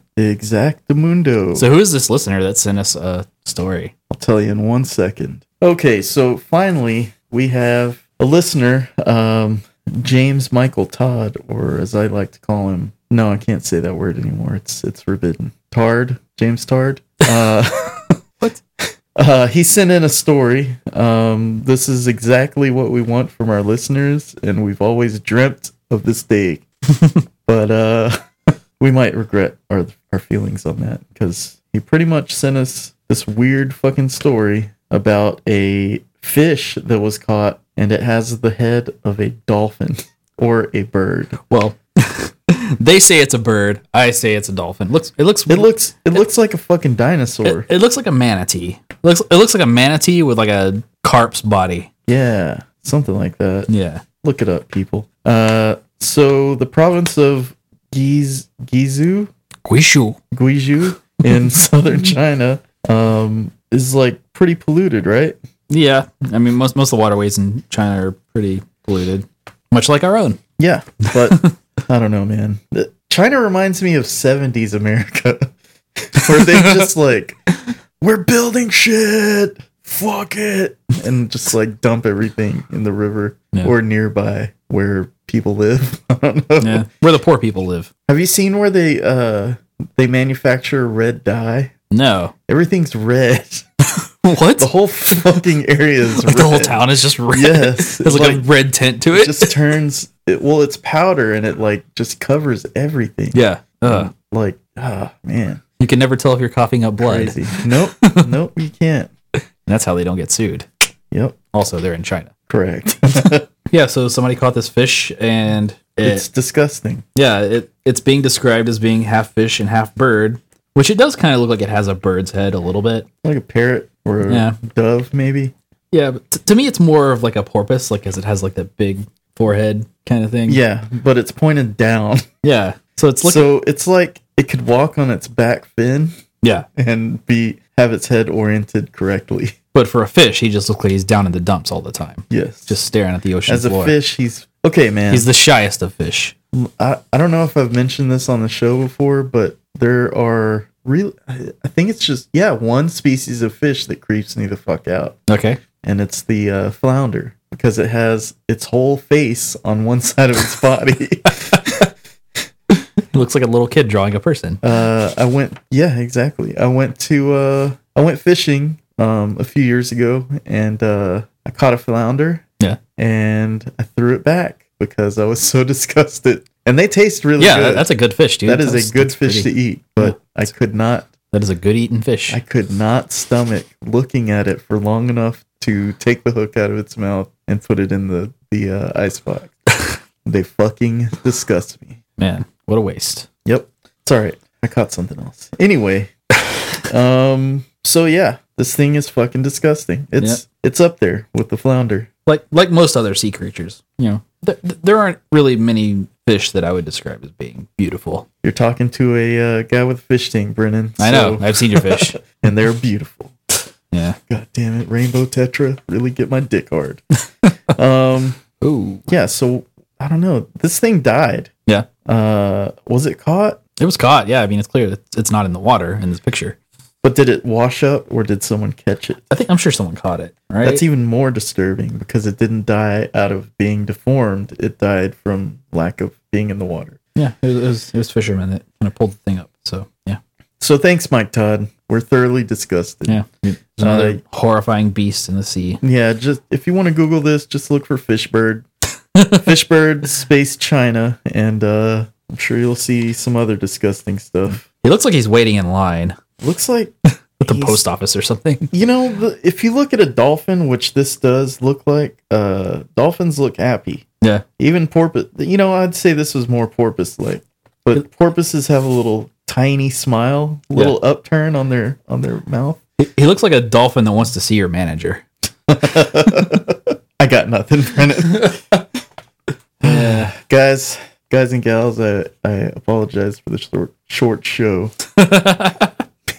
B: Exactamundo.
C: So, who is this listener that sent us a story?
B: I'll tell you in one second. Okay, so finally we have a listener, um, James Michael Todd, or as I like to call him. No, I can't say that word anymore. It's it's forbidden. Tard, James Tard. Uh,
C: What?
B: Uh, he sent in a story. Um, this is exactly what we want from our listeners, and we've always dreamt of this day. but uh, we might regret our our feelings on that because he pretty much sent us this weird fucking story about a fish that was caught and it has the head of a dolphin or a bird.
C: Well, they say it's a bird. I say it's a dolphin. Looks it looks
B: It looks it looks like a fucking dinosaur.
C: it, it looks like a manatee. looks it looks like a manatee with like a carp's body.
B: Yeah, something like that.
C: Yeah.
B: Look it up, people. Uh, so the province of Giz Gizu
C: Guishu.
B: Guizhou in southern China um, is like pretty polluted, right?
C: Yeah. I mean most most of the waterways in China are pretty polluted. Much like our own.
B: Yeah, but I don't know, man. The- China reminds me of 70s America, where they just like, we're building shit, fuck it, and just like dump everything in the river
C: Yeah.
B: or nearby where people live. I don't know.
C: Yeah. Where the poor people live.
B: Have you seen where they uh they manufacture red dye?
C: No.
B: Everything's red.
C: What?
B: The whole fucking area is
C: Like
B: red.
C: the whole town is just red.
B: Yes,
C: There's like, a red tint to it.
B: it just turns. It, well, it's powder and it like just covers everything.
C: yeah. Uh,
B: like ah man
C: you can never tell if you're coughing up blood.
B: crazy nope nope you can't
C: And that's how they don't get sued.
B: yep
C: Also, they're in China.
B: correct
C: Yeah, so somebody caught this fish and it,
B: it's disgusting
C: yeah, it it's being described as being half fish and half bird, which it does kind of look like it has a bird's head a little bit.
B: like a parrot or a
C: Yeah.
B: dove maybe
C: Yeah, but t- to me it's more of like a porpoise like cuz it has like that big forehead kind of thing.
B: yeah but it's pointed down
C: Yeah. So it's like
B: so it's like it could walk on its back fin
C: yeah,
B: and be have its head oriented correctly
C: but for a fish he just looks like he's down in the dumps all the time,
B: yes
C: just staring at the ocean
B: as a
C: floor.
B: fish he's okay man
C: He's the shyest of fish.
B: I, I don't know if I've mentioned this on the show before, but there are real. I think it's just yeah, one species of fish that creeps me the fuck out,
C: Okay.
B: and it's the uh, flounder because it has its whole face on one side of its body.
C: He looks like a little kid drawing a person.
B: uh, I went yeah, exactly. I went to uh, I went fishing um, a few years ago, and uh, I caught a flounder.
C: Yeah.
B: and I threw it back because I was so disgusted. And they taste really
C: yeah,
B: good.
C: that- that's a good fish, dude.
B: that is a good fish
C: to eat.
B: to eat, but I could not
C: That is a good eating fish.
B: I could not stomach looking at it for long enough to take the hook out of its mouth and put it in the the uh, ice box. they fucking disgust me.
C: Man, what a waste.
B: Yep, it's all right. I caught something else. Anyway, um, so yeah, this thing is fucking disgusting. It's it's up there with the flounder.
C: Like like most other sea creatures, you know, th- th- there aren't really many fish that I would describe as being beautiful.
B: You're talking to a uh, guy with a fish tank, Brennan.
C: I know.
B: so-
C: I've seen your fish.
B: and they're beautiful.
C: yeah.
B: God damn it, rainbow tetra really get my dick hard. um.
C: Ooh.
B: yeah so i don't know this thing died
C: Yeah.
B: uh was it caught
C: It was caught. Yeah. I mean, it's clear that it's not in the water in this picture.
B: but did it wash up or did someone catch it
C: I think I'm sure someone caught it. Right.
B: that's e- even more disturbing because it didn't die out of being deformed it died from lack of being in the water
C: yeah. It was, it was it was fishermen that kind of pulled the thing up. So yeah.
B: so thanks mike todd we're thoroughly disgusted
C: Yeah. There's another horrifying beast in the sea.
B: Yeah, just if you want to google this just look for fishbird fishbird space china and uh i'm sure you'll see some other disgusting stuff
C: He looks like he's waiting in line
B: looks like
C: at the
B: He's-
C: post office or something.
B: You know, the, if you look at a dolphin, which this does look like, uh, dolphins look happy.
C: Yeah.
B: Even porpoise, you know, I'd say this was more porpoise like, but porpoises have a little tiny smile, little upturn on their on their mouth.
C: He, he looks like a dolphin that wants to see your manager.
B: I got nothing, Brennan. guys, guys and gals, I, I apologize for the short, short show.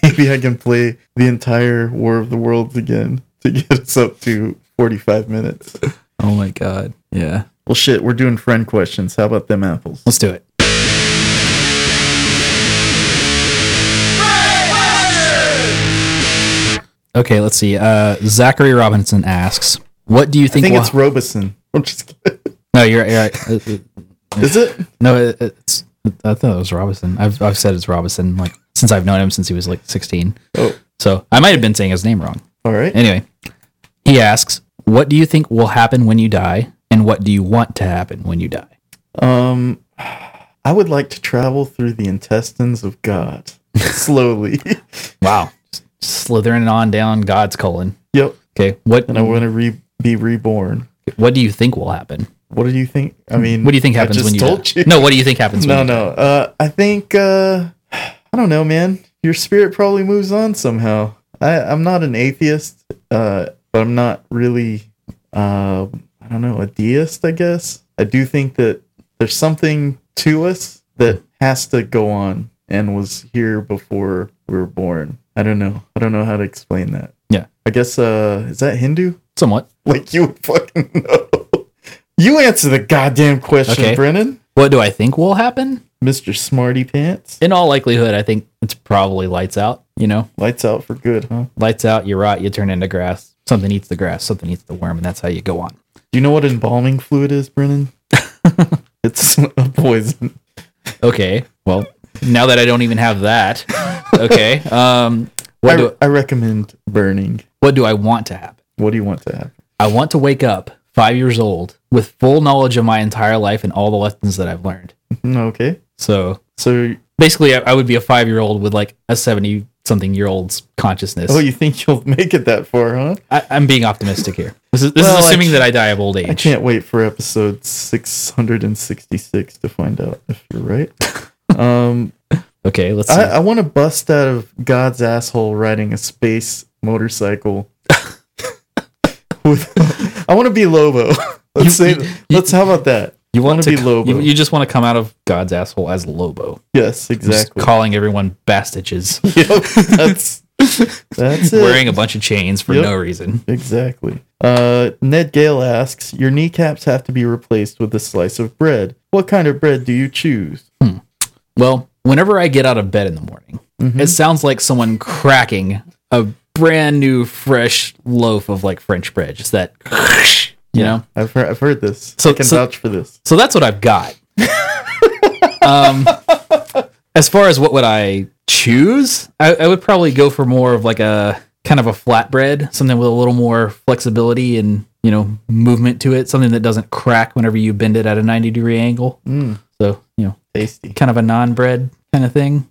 B: Maybe I can play the entire War of the Worlds again to get us up to 45 minutes.
C: oh my god. Yeah.
B: Well, shit, we're doing friend questions. How about them apples?
C: Let's do it. Okay, let's see. Uh, Zachary Robinson asks, "What do you
B: I
C: think?"
B: think
C: will-
B: it's Robeson. I'm just kidding.
C: no, you're right. You're right. Uh, uh,
B: Is it?
C: No, it, it's. I thought it was Robinson. I've I've said it's Robinson like since I've known him since he was like 16.
B: Oh,
C: So I might have been saying his name wrong.
B: all right.
C: Anyway, he asks, "What do you think will happen when you die, and what do you want to happen when you die?"
B: Um, I would like to travel through the intestines of God slowly.
C: Wow, slithering on down God's colon.
B: yep.
C: Okay, what
B: And I want to re- be reborn.
C: what do you think will happen?
B: What do you think? I mean,
C: What do you think
B: I
C: happens
B: just
C: when you
B: told
C: die? No, what do you think happens?
B: No,
C: when you
B: no. Uh, I think uh, I don't know, man. Your spirit probably moves on somehow. I, I'm not an atheist, uh, but I'm not really, uh, I don't know, a deist. I guess I do think that there's something to us that has to go on and was here before we were born. I don't know. I don't know how to explain that.
C: Yeah.
B: I guess uh, is that Hindu?
C: Somewhat.
B: Like you would fucking know. You answer the goddamn question,
C: Okay.
B: Brennan,
C: What do I think will happen?
B: Mister Smarty Pants.
C: In all likelihood, I think it's probably lights out. You know,
B: Lights out for good, huh?
C: lights out. You rot. You turn into grass. Something eats the grass. Something eats the worm, and that's how you go on.
B: Do you know what embalming fluid is, Brennan? it's a poison.
C: Okay. Well, now that I don't even have that. Okay. Um. What
B: I,
C: do
B: I recommend burning.
C: what do I want to happen?
B: What do you want to happen?
C: I want to wake up five years old with full knowledge of my entire life and all the lessons that I've learned.
B: Mhm, Okay.
C: So
B: So,
C: basically, I, I would be a five year old with like a 70 something year old's consciousness.
B: oh, you think you'll make it that far, huh?
C: I, I'm being optimistic here. This is, this
B: Well,
C: is
B: I
C: assuming that I die of old
B: I
C: age.
B: can't wait for episode 666 to find out if you're right. um,
C: Okay, let's see.
B: I, I want to bust out of God's asshole riding a space motorcycle. with, I want to be Lobo. Let's
C: You-
B: say,
C: you- you-
B: let's, how about that?
C: you want
B: wanna
C: to
B: be
C: c-
B: Lobo.
C: You, you just want to come out of God's asshole as Lobo.
B: Yes,
C: Just
B: exactly.
C: calling everyone bastages,
B: yep, that's that's it.
C: wearing a bunch of chains for
B: Yep.
C: no reason.
B: exactly. Uh, Ned Gale asks, "Your kneecaps have to be replaced with a slice of bread. What kind of bread do you choose?"
C: Well, whenever I get out of bed in the morning,
B: Mhm.
C: it sounds like someone cracking a brand new fresh loaf of like French bread. Just that, you know.
B: I've heard, I've heard this.
C: So-
B: I can
C: so-
B: vouch for this.
C: So that's what I've got. um, as far as what would I choose, I, I would probably go for more of like a kind of a flatbread, something with a little more flexibility and you know movement to it, something that doesn't crack whenever you bend it at a ninety degree angle.
B: Mm,
C: So you know,
B: tasty.
C: kind of a non bread kind of thing.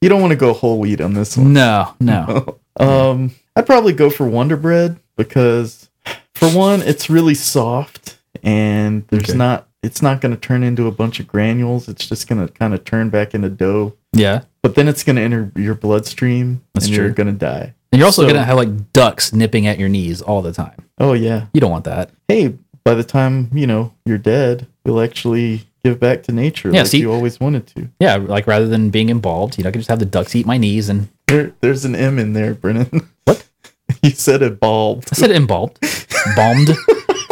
B: You don't want to go whole wheat on this one.
C: No, no.
B: um, I'd probably go for Wonder Bread because, for one, it's really soft and there's
C: Okay.
B: not. It's not going to turn into a bunch of granules. It's just going to kind of turn back into dough.
C: Yeah.
B: but then it's going to enter your bloodstream
C: That's
B: and you're
C: true.
B: going to die.
C: And you're also
B: So-
C: gonna have like ducks nipping at your knees all the time.
B: Oh yeah.
C: You don't want that.
B: Hey, by the time, you know, you're dead, you'll actually give back to nature
C: Yeah,
B: like
C: see-
B: you always wanted to.
C: Yeah, like rather than being involved, you know, I can just have the ducks eat my knees and
B: There, there's an M in there, Brennan.
C: What?
B: you said it bald.
C: I said embalmed. Balmed.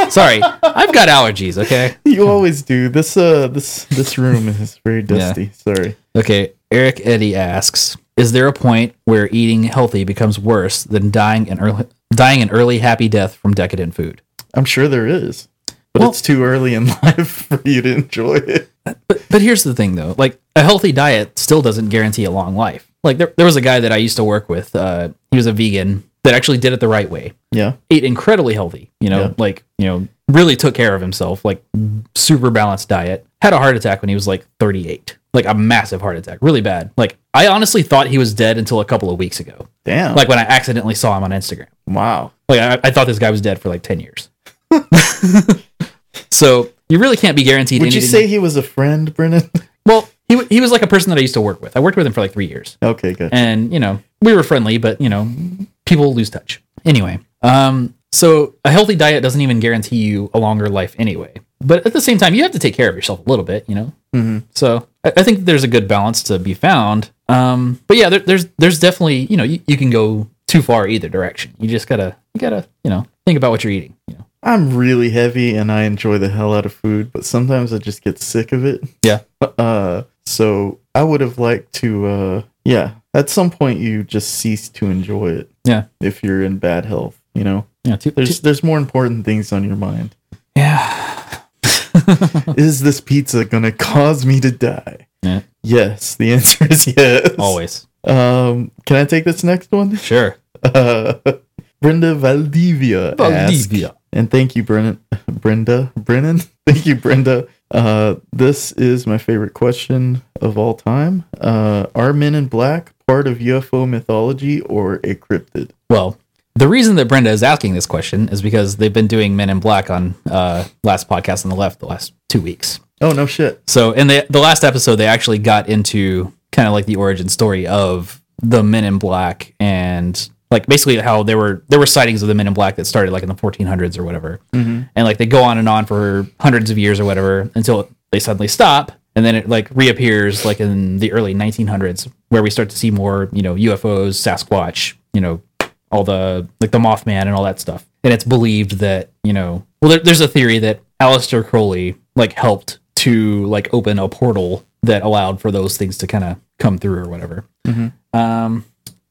C: Sorry, I've got allergies. Okay.
B: You always do. This uh this this room is very dusty. Sorry.
C: Okay. Eric Eddy asks: Is there a point where eating healthy becomes worse than dying an early dying an early happy death from decadent food?
B: I'm sure there is. But
C: Well-
B: it's too early in life for you to enjoy it.
C: But here's the thing, though. Like a healthy diet still doesn't guarantee a long life. Like there, there was a guy that I used to work with. Uh, he was a vegan that actually did it the right way.
B: Yeah.
C: ate incredibly healthy, you know,
B: Yeah.
C: like, you know, really took care of himself, like super balanced diet. Had a heart attack when he was like 38, like a massive heart attack, really bad. Like, I honestly thought he was dead until a couple of weeks ago,
B: Damn.
C: like when I accidentally saw him on Instagram.
B: wow.
C: Like, I, I thought this guy was dead for like 10 years. so, you really can't be guaranteed
B: Would you
C: anything.
B: say he was a friend, Brennan?
C: well, he, wa- he was like a person that I used to work with. I worked with him for like three years
B: okay, good.
C: and you know we were friendly but you know people lose touch anyway um so a healthy diet doesn't even guarantee you a longer life anyway But at the same time, you have to take care of yourself a little bit, you know.
B: hmm
C: So I, I think there's a good balance to be found. Um, but yeah, there, there's there's definitely you know you, you can go too far either direction. You just gotta you gotta you know think about what you're eating. You know.
B: I'm really heavy and I enjoy the hell out of food, but sometimes I just get sick of it.
C: Yeah.
B: Uh, so I would have liked to, uh, yeah, at some point you just cease to enjoy it.
C: Yeah.
B: If you're in bad health, you know,
C: Yeah, too,
B: there's, there's more important things on your mind.
C: yeah.
B: Is this pizza going to cause me to die?
C: Yeah.
B: Yes. The answer is yes.
C: Always
B: Um, can I take this next one?
C: sure.
B: Uh, Brenda Valdivia. asks-
C: Bolivia.
B: And thank you, Brennan. Brenda. Brennan. Thank you, Brenda. Uh, this is my favorite question of all time. Uh, are men in black part of UFO mythology or a cryptid?
C: Well, the reason that Brenda is asking this question is because they've been doing Men in Black on uh, last podcast on the left the last two weeks.
B: Oh no, shit.
C: So in the the last episode, they actually got into kind of like the origin story of the Men in Black and like basically how there were there were sightings of the Men in Black that started like in the 1400s or whatever,
B: Mhm.
C: and like they go on and on for hundreds of years or whatever until they suddenly stop, and then it like reappears like in the early 1900s where we start to see more you know UFOs, Sasquatch, you know all the like the Mothman and all that stuff. And it's believed that you know, well, there, there's a theory that Aleister Crowley like helped to like open a portal that allowed for those things to kind of come through or whatever.
B: Mhm.
C: Um,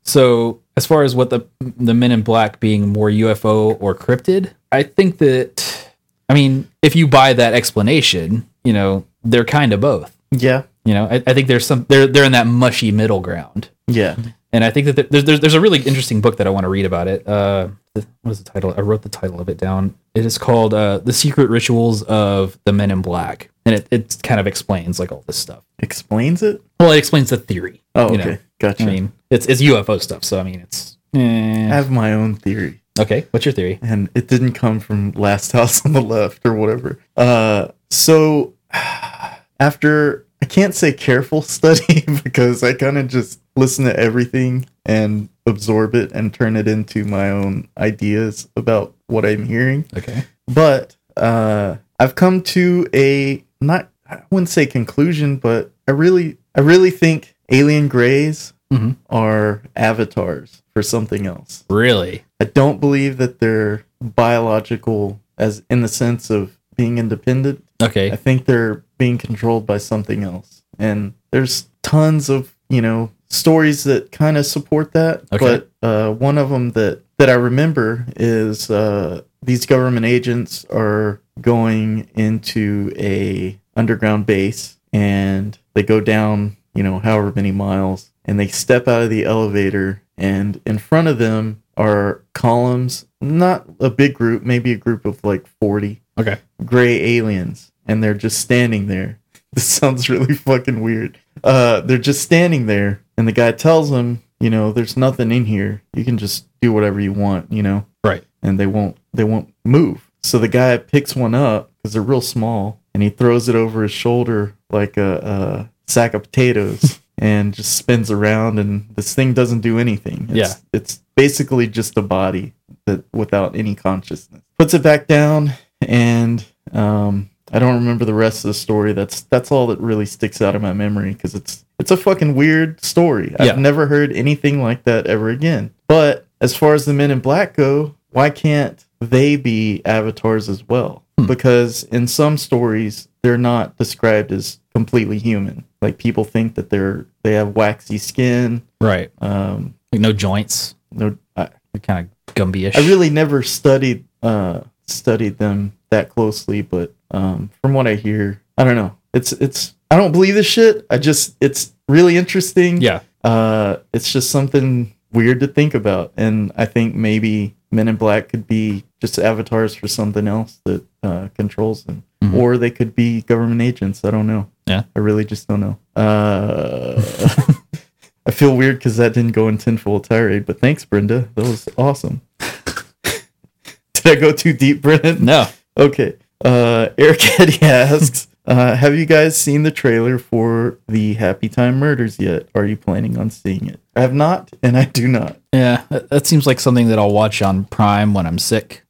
C: so as far as what the the Men in Black being more UFO or cryptid, I think that I mean if you buy that explanation, you know they're kind of both.
B: Yeah.
C: You know, I, I think there's some they're they're in that mushy middle ground
B: Yeah.
C: and I think that there- there's there's, there's a really interesting book that I want to read about it. Uh, the, what is the title? I wrote the title of it down. It is called uh, "The Secret Rituals of the Men in Black," and it, it kind of explains like all this stuff.
B: Explains it.
C: Well, it explains the theory.
B: Oh,
C: you
B: okay.
C: know.
B: Gotcha.
C: I
B: I,
C: mean, it's it's UFO stuff, so I mean, it's eh.
B: have my own theory,
C: okay. What's your theory?
B: and it didn't come from Last House on the Left or whatever. Uh, so after I can't say careful study because I kind of just listen to everything and absorb it and turn it into my own ideas about what I'm hearing.
C: Okay.
B: But uh, I've come to a not I wouldn't say conclusion, but I really I really think alien grays
C: Mhm.
B: are avatars for something else.
C: Really?
B: I don't believe that they're biological as in the sense of being independent. I
C: Okay.
B: think they're being controlled by something else. And there's tons of, you know, stories that kind of support that.
C: Okay.
B: But uh, one of them that, that I remember is uh, these government agents are going into a underground base and they go down, you know, however many miles and they step out of the elevator and in front of them are columns, not a big group, maybe a group of like 40
C: Okay.
B: gray aliens and they're just standing there. This sounds really fucking weird. Uh, they're just standing there, and the guy tells them, you know, there's nothing in here. You can just do whatever you want, you know.
C: Right.
B: And they won't they won't move. So the guy picks one up because they're real small, and he throws it over his shoulder like a, a sack of potatoes, and just spins around. And this thing doesn't do anything. It's,
C: Yeah.
B: It's basically just a body that without any consciousness. Puts it back down, and um, I don't remember the rest of the story. That's that's all that really sticks out in my memory because it's it's a fucking weird story.
C: Yeah.
B: I've never heard anything like that ever again. But as far as the Men in Black go, why can't they be avatars as well?
C: Hmm.
B: Because in some stories, they're not described as completely human. Like people think that they're they have waxy skin.
C: Right.
B: Um,
C: Like no joints.
B: no, I,
C: You're kind of Gumby-ish.
B: I really never studied uh studied them that closely, but um from what I hear, I don't know. It's it's I don't believe this shit. I just it's really interesting.
C: Yeah.
B: Uh it's just something weird to think about. And I think maybe Men in Black could be just avatars for something else that uh controls them.
C: Mhm.
B: Or they could be government agents. I don't know.
C: Yeah.
B: I really just don't know. Uh I feel weird because that didn't go in tenfold tirade, but thanks, Brenda. That was awesome. Did I go too deep, Brenda?
C: No.
B: Okay. Uh, Eric Eddy asks, uh, have you guys seen the trailer for the Happy Time Murders yet? Are you planning on seeing it? I have not, and I do not.
C: Yeah, that, that seems like something that I'll watch on Prime when I'm sick.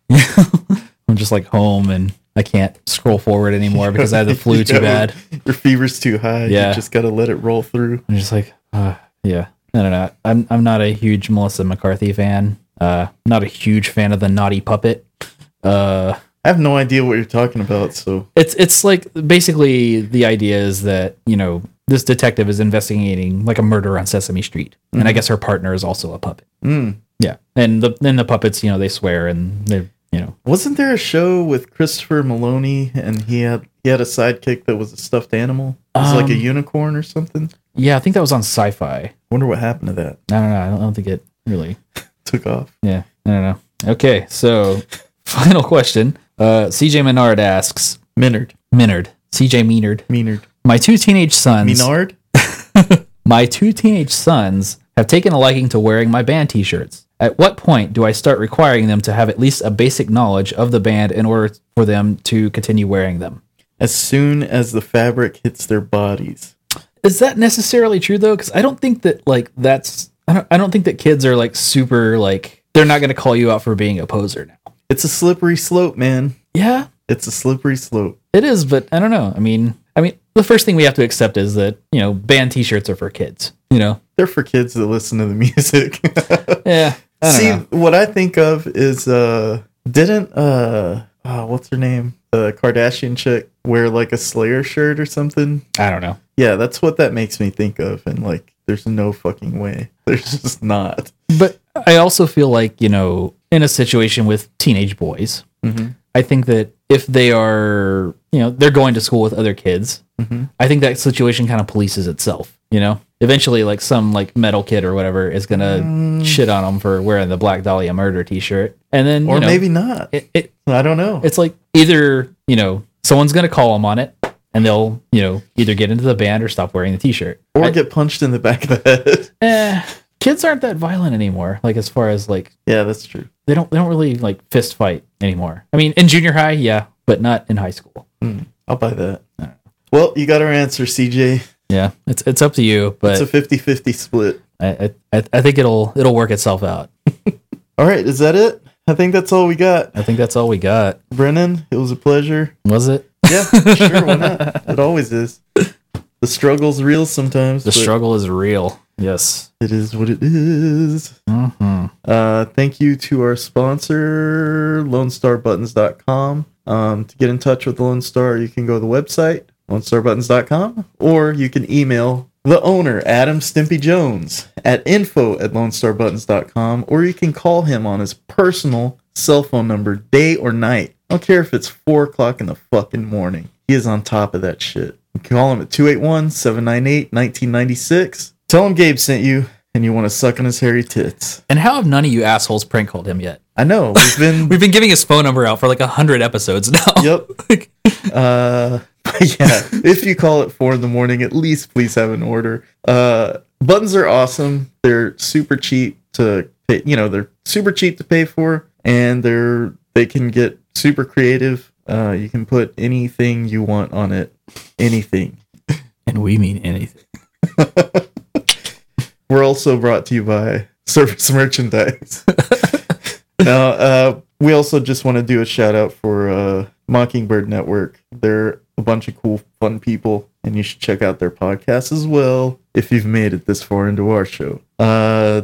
C: I'm just like home and I can't scroll forward anymore because I have the flu too
B: Yeah.
C: bad.
B: Your fever's too high.
C: Yeah.
B: You just gotta let it roll through.
C: I'm just like, uh, yeah. I don't know. I'm I'm not a huge Melissa McCarthy fan. Uh, not a huge fan of the naughty puppet. Uh,
B: I have no idea what you're talking about, so
C: it's it's like basically the idea is that you know this detective is investigating like a murder on Sesame Street, and I guess her partner is also a puppet.
B: mm.
C: Yeah, and the then the puppets, you know, they swear and they, you know,
B: wasn't there a show with Christopher Maloney and he had he had a sidekick that was a stuffed animal? It was like a
C: Um,
B: unicorn or something.
C: yeah. I think that was on Sci-Fi.
B: Wonder what happened to that.
C: I don't know. I don't, I don't think it really.
B: Took off.
C: Yeah, I don't know. Okay, so final question. Uh, CJ Menard asks
B: Minard.
C: Minard. CJ Minard.
B: Minard.
C: My two teenage sons.
B: Minard?
C: My two teenage sons have taken a liking to wearing my band t shirts. At what point do I start requiring them to have at least a basic knowledge of the band in order for them to continue wearing them?
B: As soon as the fabric hits their bodies.
C: Is that necessarily true though? Because I don't think that like that's I don't I don't think that kids are like super like they're not going to call you out for being a poser now.
B: It's a slippery slope, man.
C: Yeah,
B: It's a slippery slope.
C: it is, but I don't know. I mean, I mean, the first thing we have to accept is that you know band t shirts are for kids. You know,
B: They're for kids that listen to the music.
C: yeah. I don't
B: See,
C: know.
B: what I think of is uh didn't uh oh, what's her name? The Kardashian chick wear like a Slayer shirt or something?
C: I don't know.
B: Yeah, that's what that makes me think of and like there's no fucking way. There's just not.
C: But I also feel like, you know, in a situation with teenage boys,
B: Mhm.
C: I think that if they are, you know, they're going to school with other kids,
B: Mhm.
C: I think that situation kind of polices itself, you know? Eventually, like some like metal kid or whatever is gonna
B: Mm.
C: shit on them for wearing the Black Dahlia Murder T-shirt, and then
B: Or
C: you know,
B: maybe not.
C: it, it
B: I don't know.
C: it's like either you know someone's gonna call them on it, and they'll you know either get into the band or stop wearing the T-shirt.
B: or
C: I-
B: get punched in the back of the head.
C: eh, kids aren't that violent anymore. Like as far as like
B: yeah, that's true.
C: they don't they don't really like fist fight anymore. I mean, in junior high, yeah, but not in high school.
B: I'll buy that. Well, you got our answer, CJ.
C: Yeah, it's it's up to you,
B: It's
C: but
B: a 50-50 split.
C: I I I- I think it'll it'll work itself out.
B: All right, is that it? I think that's all we got.
C: I think that's all we got.
B: Brennan, it was a pleasure.
C: Was it?
B: Yeah, sure, why not? It always is. The struggle's real sometimes.
C: The
B: but
C: struggle is real. Yes.
B: It is what it is.
C: hmm
B: Uh, thank you to our sponsor, LoneStarButtons.com. Um, to get in touch with Lone Star, you can go to the website, LoneStarButtons.com, or you can email the owner, Adam Stimpy Jones, at info at LoneStarButtons.com, or you can call him on his personal cell phone number, day or night. I don't care if it's 4 o'clock in the fucking morning. He is on top of that shit. You can call him at 281 798 1996. Tell him Gabe sent you, and you want to suck on his hairy tits.
C: And how have none of you assholes prank called him yet?
B: I know. We've been
C: We've been giving his phone number out for like a hundred episodes now.
B: yep. Uh but yeah. If you call at four in the morning, at least please have an order. Uh buttons are awesome. They're super cheap to pay you know, they're super cheap to pay for and they're they can get super creative. Uh you can put anything you want on it. Anything.
C: and we mean anything.
B: We're also brought to you by Service Merchandise. now, uh, we also just want to do a shout out for uh, Mockingbird Network. They're a bunch of cool, fun people, and you should check out their podcast as well if you've made it this far into our show. Uh,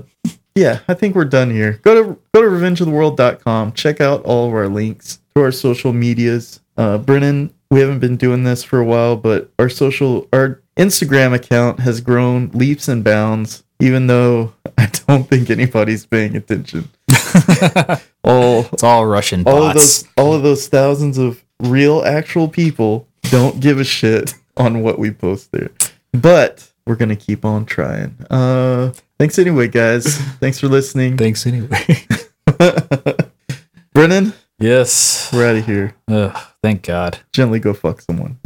B: yeah, I think we're done here. Go to go to revengeoftheworld.com. Check out all of our links to our social medias. Uh, Brennan, we haven't been doing this for a while, but our social our Instagram account has grown leaps and bounds. Even though I don't think anybody's paying attention. All
C: It's all Russian bots.
B: all of those all of those thousands of real actual people don't give a shit on what we post there but we're gonna keep on trying uh thanks anyway guys thanks for listening
C: Thanks anyway.
B: brennan
C: yes.
B: we're out of here
C: Ugh, thank God.
B: gently go fuck someone